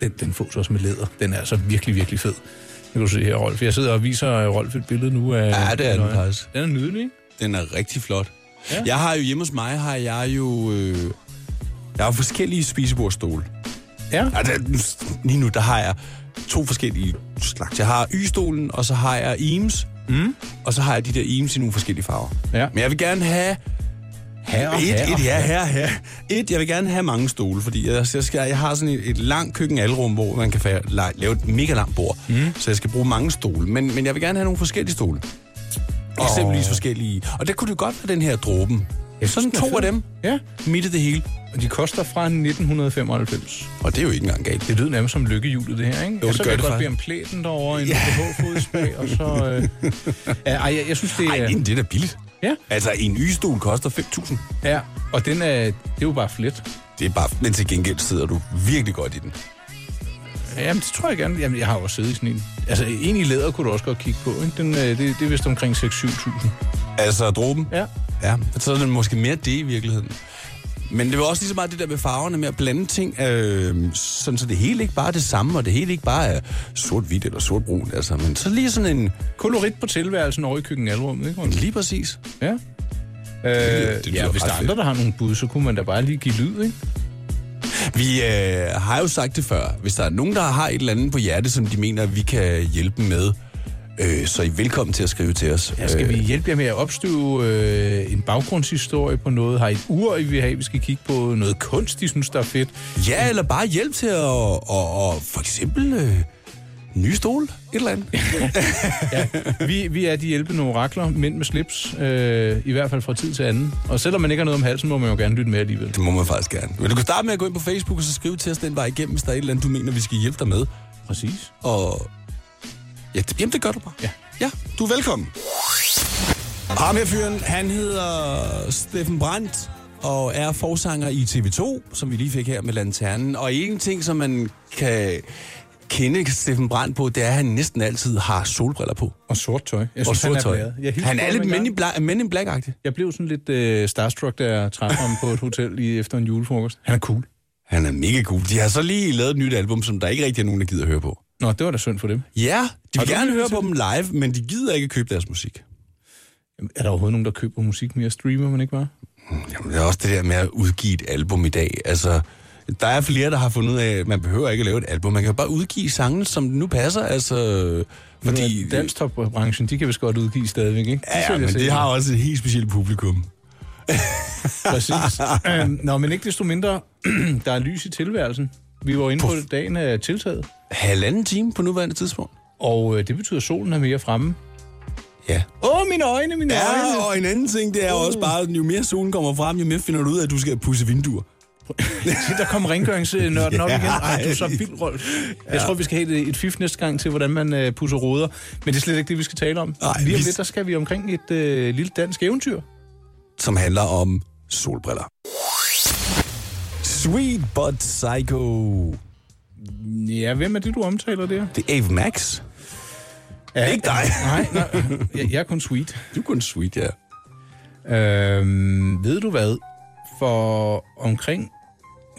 Speaker 3: den, den fås også med læder. Den er altså virkelig, virkelig fed. Det kan du se her, Rolf. Jeg sidder og viser øh, Rolf et billede nu af...
Speaker 2: Ja, det er den
Speaker 3: Nøje.
Speaker 2: faktisk.
Speaker 3: Den er nydelig, ikke?
Speaker 2: Den er rigtig flot.
Speaker 3: Ja.
Speaker 2: Ja. Jeg har jo hjemme hos mig, har jeg jo... Øh, jeg har forskellige spisebordstole.
Speaker 3: Ja.
Speaker 2: Ja, der, lige nu, der har jeg to forskellige slags. Jeg har Y-stolen, og så har jeg Eames. Mm. Og så har jeg de der Eames i nogle forskellige farver.
Speaker 3: Ja.
Speaker 2: Men jeg vil gerne have... et,
Speaker 3: Herre, herre.
Speaker 2: et, ja, her, her. Et, jeg vil gerne have mange stole, fordi jeg, jeg, skal, jeg har sådan et, et langt køkkenalrum, hvor man kan fa- la- lave et mega langt bord. Mm. Så jeg skal bruge mange stole. Men, men jeg vil gerne have nogle forskellige stole. Eksempelvis forskellige. Og der kunne det godt være den her dråben.
Speaker 3: Jeg
Speaker 2: Sådan
Speaker 3: synes, den er
Speaker 2: to af
Speaker 3: fed.
Speaker 2: dem.
Speaker 3: Ja.
Speaker 2: Midt i det hele.
Speaker 3: Og de koster fra 1995.
Speaker 2: Og det er jo ikke engang galt.
Speaker 3: Det lyder nærmest som lykkehjulet, det her, ikke? Altså, Jo,
Speaker 2: det
Speaker 3: så
Speaker 2: gør
Speaker 3: kan
Speaker 2: det
Speaker 3: godt
Speaker 2: faktisk.
Speaker 3: blive om plæten derovre, en BH-fodspag, og så... Øh...
Speaker 2: <laughs>
Speaker 3: Ja, ej, jeg, jeg synes, det
Speaker 2: Ej,
Speaker 3: er...
Speaker 2: det er da billigt.
Speaker 3: Ja,
Speaker 2: Altså, en Y-stol koster 5.000.
Speaker 3: ja. Og den er... Det er jo bare flet.
Speaker 2: Det er bare, men til gengæld sidder du virkelig godt i den.
Speaker 3: Jamen, det tror jeg gerne. Jamen, jeg har jo også siddet i sådan en. Altså, en i læder kunne du også godt kigge på, ikke? Den, øh, det, det er vist omkring 6-7.000.
Speaker 2: Altså, dråben?
Speaker 3: Ja.
Speaker 2: Ja, så er det måske mere det i virkeligheden. Men det var også lige så meget det der med farverne, med at blande ting, øh, sådan, så det hele ikke bare er det samme, og det hele ikke bare er sort-hvidt eller sort-brun, altså, men så lige sådan en...
Speaker 3: Kolorit på tilværelsen over i køkkenalrummet, ikke? Rolf?
Speaker 2: Lige præcis.
Speaker 3: Ja. Øh,
Speaker 2: det Mm. lyder
Speaker 3: ja, hvis
Speaker 2: ret
Speaker 3: der er andre,
Speaker 2: fedt.
Speaker 3: der har nogle bud, så kunne man da bare lige give lyd, ikke?
Speaker 2: Vi øh, har jo sagt det før. Hvis der er nogen, der har et eller andet på hjerte, som de mener, vi kan hjælpe med, øh, så er I velkommen til at skrive til os. Øh,
Speaker 3: Ja, skal vi hjælpe jer med at opstøve øh, en baggrundshistorie på noget? Har I et ur, I vil have, vi skal kigge på? Noget kunst, I synes, der er fedt?
Speaker 2: Ja, eller bare hjælp til at, og, og for eksempel øh, nye stol, et eller
Speaker 3: <laughs>
Speaker 2: andet.
Speaker 3: Vi, vi er de hjælpende orakler, mænd med slips, øh, i hvert fald fra tid til anden. Og selvom man ikke har noget om halsen, må man jo gerne lytte med alligevel.
Speaker 2: Det må man faktisk gerne. Men du kan starte med at gå ind på Facebook og så skrive til os den vej igennem, hvis der er et eller andet, du mener, vi skal hjælpe dig med.
Speaker 3: Præcis.
Speaker 2: Og ja, det, jamen, det gør du bare.
Speaker 3: Ja.
Speaker 2: ja du er velkommen. Ham her fyren, han hedder Steffen Brandt og er forsanger i TV2, som vi lige fik her med Lanternen. Og en ting, som man kan kende Steffen Brandt på, det er, at han næsten altid har solbriller på.
Speaker 3: Og sort tøj. Jeg
Speaker 2: og sort tøj.
Speaker 3: blæret. Jeg hilste
Speaker 2: Han
Speaker 3: på
Speaker 2: er
Speaker 3: ham
Speaker 2: lidt
Speaker 3: engang.
Speaker 2: men i, bla- men in black-agtig.
Speaker 3: Jeg blev sådan lidt øh, starstruck, da jeg træffede ham på et hotel lige efter en julefrokost. Han er cool.
Speaker 2: Han er mega cool. De har så lige lavet et nyt album, som der ikke rigtig er nogen, der gider at høre på.
Speaker 3: Nå, det var da synd for dem.
Speaker 2: Ja, de vil
Speaker 3: du
Speaker 2: gerne
Speaker 3: lyttet
Speaker 2: høre
Speaker 3: til
Speaker 2: på dem live, men de gider ikke købe deres musik.
Speaker 3: Jamen, er der overhovedet nogen, der køber musik mere streamer, man ikke var?
Speaker 2: Jamen, det er også det der med at udgive et album i dag. Altså, der er flere, der har fundet ud af, at man behøver ikke at lave et album. Man kan bare udgive sangene, som det nu passer. Altså, fordi...
Speaker 3: Danstop-branchen, de kan vist godt udgive stadigvæk, ikke? De
Speaker 2: ja, ja,
Speaker 3: sælger
Speaker 2: men
Speaker 3: sælger.
Speaker 2: det har også et helt specielt publikum.
Speaker 3: Præcis. <laughs> øhm, nå, men ikke desto mindre, <clears throat> der er lys i tilværelsen. Vi var jo inde på det dagen af tiltaget,
Speaker 2: Halvanden time på nuværende tidspunkt.
Speaker 3: og øh, det betyder, at solen er mere fremme.
Speaker 2: Ja. Uh.
Speaker 3: Åh, oh, mine øjne, mine
Speaker 2: Ja,
Speaker 3: øjne!
Speaker 2: og en anden ting, det er også bare, at jo mere solen kommer frem, jo mere finder du ud af, at du skal pusse vinduer.
Speaker 3: Se, der kom <laughs> rengøringsnørden op
Speaker 2: Ja.
Speaker 3: igen. Ej, du er så vild, <laughs> Rolf. Jeg tror, vi skal have et, et fif næste gang til, hvordan man øh, pusser ruder. Men det er slet ikke det, vi skal tale om.
Speaker 2: Ej,
Speaker 3: Lige om
Speaker 2: vi-
Speaker 3: lidt, der skal vi omkring et øh, lille dansk eventyr.
Speaker 2: som handler om solbriller. Sweet But Psycho.
Speaker 3: Ja, hvem er det, du omtaler der?
Speaker 2: Det er Ave Max.
Speaker 3: Ja,
Speaker 2: Ikke dig.
Speaker 3: Nej, nej. Jeg, jeg er kun sweet.
Speaker 2: Du er kun sweet, ja.
Speaker 3: Øhm, ved du hvad? For omkring,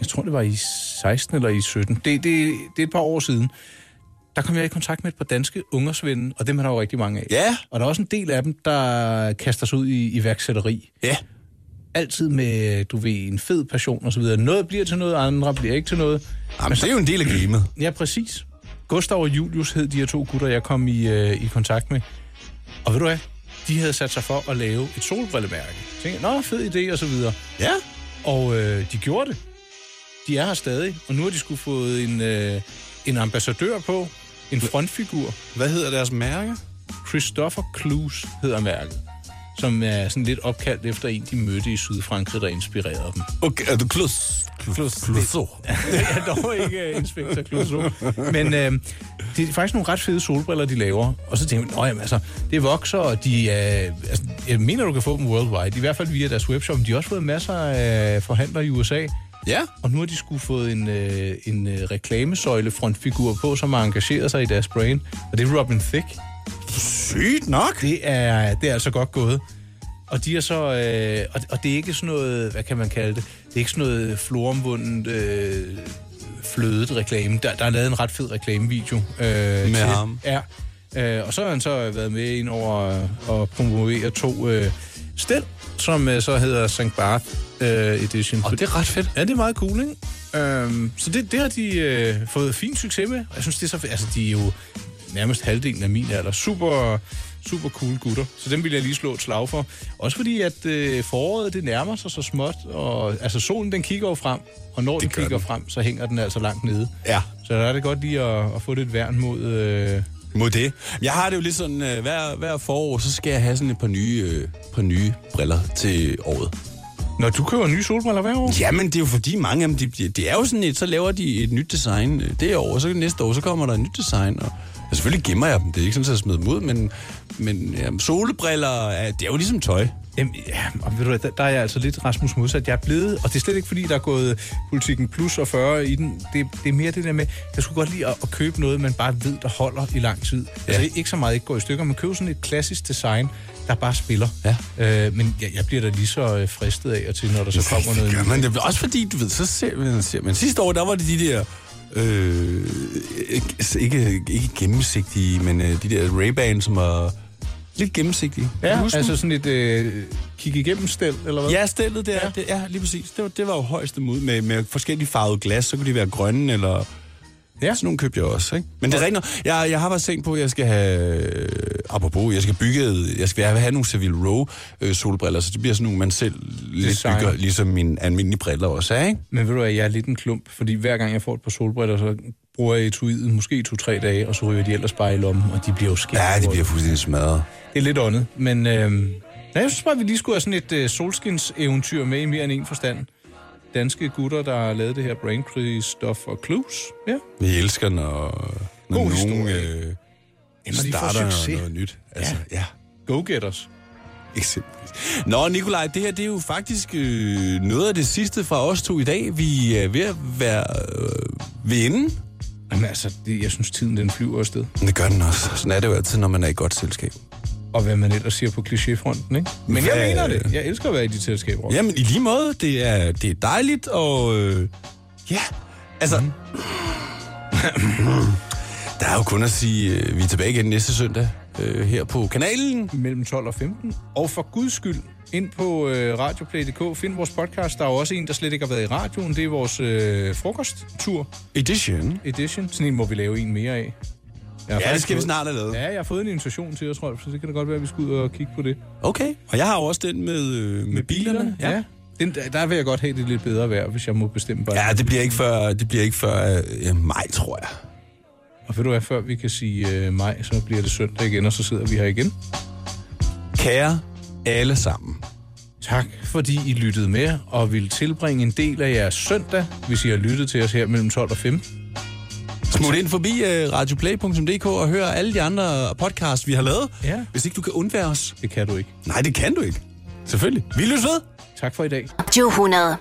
Speaker 3: jeg tror det var i 16 eller i 17, det, det, det er et par år siden, der kom jeg i kontakt med et par danske ungersvinde, og dem er der jo rigtig mange af.
Speaker 2: Ja.
Speaker 3: Og der er også en del af dem, der kaster sig ud i iværksætteri.
Speaker 2: Ja.
Speaker 3: Altid med, du ved, en fed passion og så videre. Noget bliver til noget, andre bliver ikke til noget.
Speaker 2: Jamen, det er jo en del af gamet.
Speaker 3: Ja, præcis. Gustav og Julius hed de her to gutter, jeg kom i, øh, i kontakt med. Og ved du hvad? De havde sat sig for at lave et solbrillemærke. Jeg tænkte, nå, fed idé og så videre.
Speaker 2: Ja.
Speaker 3: Og øh, de gjorde det. De er her stadig, og nu har de skulle fået en, øh, en ambassadør på, en frontfigur.
Speaker 2: Hvad hedder deres mærke?
Speaker 3: Christopher Clues hedder mærket, som er sådan lidt opkaldt efter en, de mødte i Sydfrankrig, der inspirerede dem.
Speaker 2: Okay, er du Klus? Klus. Kluso.
Speaker 3: <laughs> Det er dog ikke uh, Inspektor Clouseau. Men øh, det er faktisk nogle ret fede solbriller, de laver. Og så tænker jeg, at altså, det vokser, og de, øh, altså, jeg mener, du kan få dem worldwide. I hvert fald via deres webshop. Men De har også fået masser af forhandlere i USA.
Speaker 2: Ja.
Speaker 3: Og nu har de skulle fået en, øh, en øh, reklamesøjle frontfigur på, som har engageret sig i deres brand. Og det er Robin Thicke.
Speaker 2: Sygt nok.
Speaker 3: Det er, det er altså godt gået. Og de er så, øh, og, og det er ikke sådan noget, hvad kan man kalde det? Det er ikke sådan noget floromvundet, øh, flødet reklame. Der, der er lavet en ret fed reklamevideo. Øh, Med
Speaker 2: ham.
Speaker 3: Ja. Øh, og så har han så været med ind over øh, at promovere to øh, stel, som øh, så hedder St. Barth øh, Edition.
Speaker 2: Og det er ret fedt.
Speaker 3: Ja, det er meget cool, ikke? Øhm, så det, det har de øh, fået fin succes med, og jeg synes, det er så fedt. Altså, de er jo nærmest halvdelen af min alder. Super, super cool gutter. Så dem vil jeg lige slå et slag for. Også fordi, at øh, foråret, det nærmer sig så småt, og altså solen, den kigger jo frem, og når den
Speaker 2: gør
Speaker 3: kigger
Speaker 2: den.
Speaker 3: frem, så hænger den altså langt nede.
Speaker 2: Ja.
Speaker 3: Så der er det godt lige at, at få lidt værn mod... Øh,
Speaker 2: Mod det. Jeg har det jo lidt sådan, øh, hver, hver forår, så skal jeg have sådan et par nye, øh, par nye briller til året.
Speaker 3: når du køber nye solbriller hver år?
Speaker 2: Jamen, det er jo fordi mange af dem, de, de, det er jo sådan et, så laver de et nyt design øh, det år, og så næste år, så kommer der et nyt design, og og selvfølgelig gemmer jeg dem, det er ikke sådan, at jeg smider dem ud, men, men jamen, solebriller, ja, det er jo ligesom tøj.
Speaker 3: Jamen, ja, og ved du hvad, der, der er jeg altså lidt Rasmus modsat. Jeg er blevet, og det er slet ikke fordi, der er gået politikken plus og 40 i den. Det, det er mere det der med, jeg skulle godt lide at, at købe noget, man bare ved, der holder i lang tid. Ja. Altså ikke så meget ikke går i stykker, men købe sådan et klassisk design, der bare spiller.
Speaker 2: Ja.
Speaker 3: Øh, men jeg, jeg bliver da lige så øh, fristet af og til, når der så kommer noget.
Speaker 2: Ja, men det er også fordi, du ved, så ser man, ser man. Sidste år, der var det de der, øh, ikke, altså ikke, ikke gennemsigtige, men øh, de der Ray-Ban, som var lidt gennemsigtige. Kan du
Speaker 3: Ja,
Speaker 2: huske dem?
Speaker 3: altså sådan et øh, kig igennem stel, eller hvad?
Speaker 2: Ja, stillet der.
Speaker 3: Ja.
Speaker 2: Ja. Det, ja, lige præcis. Det var, det var jo højeste mod med, med forskellige farvede glas. Så kunne de være grønne, eller...
Speaker 3: Ja.
Speaker 2: Ja. Sådan nogle købte jeg også, ikke? Men det er rigtigt. nok. Jeg, jeg har bare tænkt på, at jeg skal have... Øh, apropos, jeg skal bygge... Jeg skal have, have nogle Savile Row øh, solbriller, så det bliver sådan nogle, man selv lidt
Speaker 3: Design.
Speaker 2: bygger, ligesom mine almindelige briller også er, ikke?
Speaker 3: Men ved du hvad, jeg er lidt en klump, fordi hver gang jeg får et par solbriller, så bruger jeg etuiet måske to-tre dage, og så ryger de ellers bare i lommen, og de bliver jo skært.
Speaker 2: Ja, de bliver fuldstændig smadret.
Speaker 3: Det er lidt åndet, men øh, nej, jeg synes bare, at vi lige skulle have sådan et øh, solskins-eventyr med i mere end en forstand. Danske gutter, der har lavet det her Brain Christoph og Clues. Ja.
Speaker 2: Vi elsker, når, når
Speaker 3: God
Speaker 2: nogen
Speaker 3: historie.
Speaker 2: øh,
Speaker 3: når de får
Speaker 2: starter
Speaker 3: succes.
Speaker 2: noget nyt. Altså, ja. ja.
Speaker 3: Go-getters.
Speaker 2: Eksempelvis. Nå, Nikolaj, det her det er jo faktisk øh, noget af det sidste fra os to i dag. Vi er ved at være øh, ved enden.
Speaker 3: Jamen altså, det, jeg synes, tiden den flyver afsted.
Speaker 2: Det gør den også. Sådan er det jo altid, når man er i godt selskab.
Speaker 3: Og hvad man ellers siger på klichéfronten, ikke? Men jeg
Speaker 2: Hvad-
Speaker 3: mener det. Jeg elsker at være i de selskaber. Rolf.
Speaker 2: Jamen, i lige måde, det er, det er dejligt, og øh, ja, altså... Mm. <clears throat> der er jo kun at sige, øh, vi er tilbage igen næste søndag øh, her på kanalen.
Speaker 3: mellem 12 og 15. Og for guds skyld, ind på øh, radioplay.dk, find vores podcast. Der er jo også en, der slet ikke har været i radioen. Det er vores øh, frokosttur
Speaker 2: Edition.
Speaker 3: edition. Sådan en må vi lave en mere af.
Speaker 2: Ja,
Speaker 3: Jeg har
Speaker 2: det
Speaker 3: faktisk
Speaker 2: skal vi
Speaker 3: fået-
Speaker 2: snart have lavet.
Speaker 3: Ja, jeg har fået en invitation til os, Rolf, så det kan da godt være, at vi skal ud og kigge på det.
Speaker 2: Okay, og jeg har jo også den med, øh, med bilerne.
Speaker 3: Ja. ja. Den, der der vil jeg godt have det lidt bedre vejr, hvis jeg må bestemme bare.
Speaker 2: Ja, det bliver ikke før, det bliver ikke før øh, maj, tror jeg.
Speaker 3: Og ved du hvad, før vi kan sige øh, maj, så bliver det søndag igen, og så sidder vi her igen.
Speaker 2: Kære alle sammen.
Speaker 3: Tak, fordi I lyttede med og ville tilbringe en del af jeres søndag, hvis I har lyttet til os her mellem 12 og 15.
Speaker 2: Smut ind forbi øh, radioplay.dk og hør alle de andre podcasts, vi har lavet.
Speaker 3: Ja.
Speaker 2: Hvis ikke du kan undvære os.
Speaker 3: Det kan du ikke.
Speaker 2: Nej, det kan du ikke. Selvfølgelig. Vi lyttes ved.
Speaker 3: Tak for i dag.
Speaker 1: Radio 100.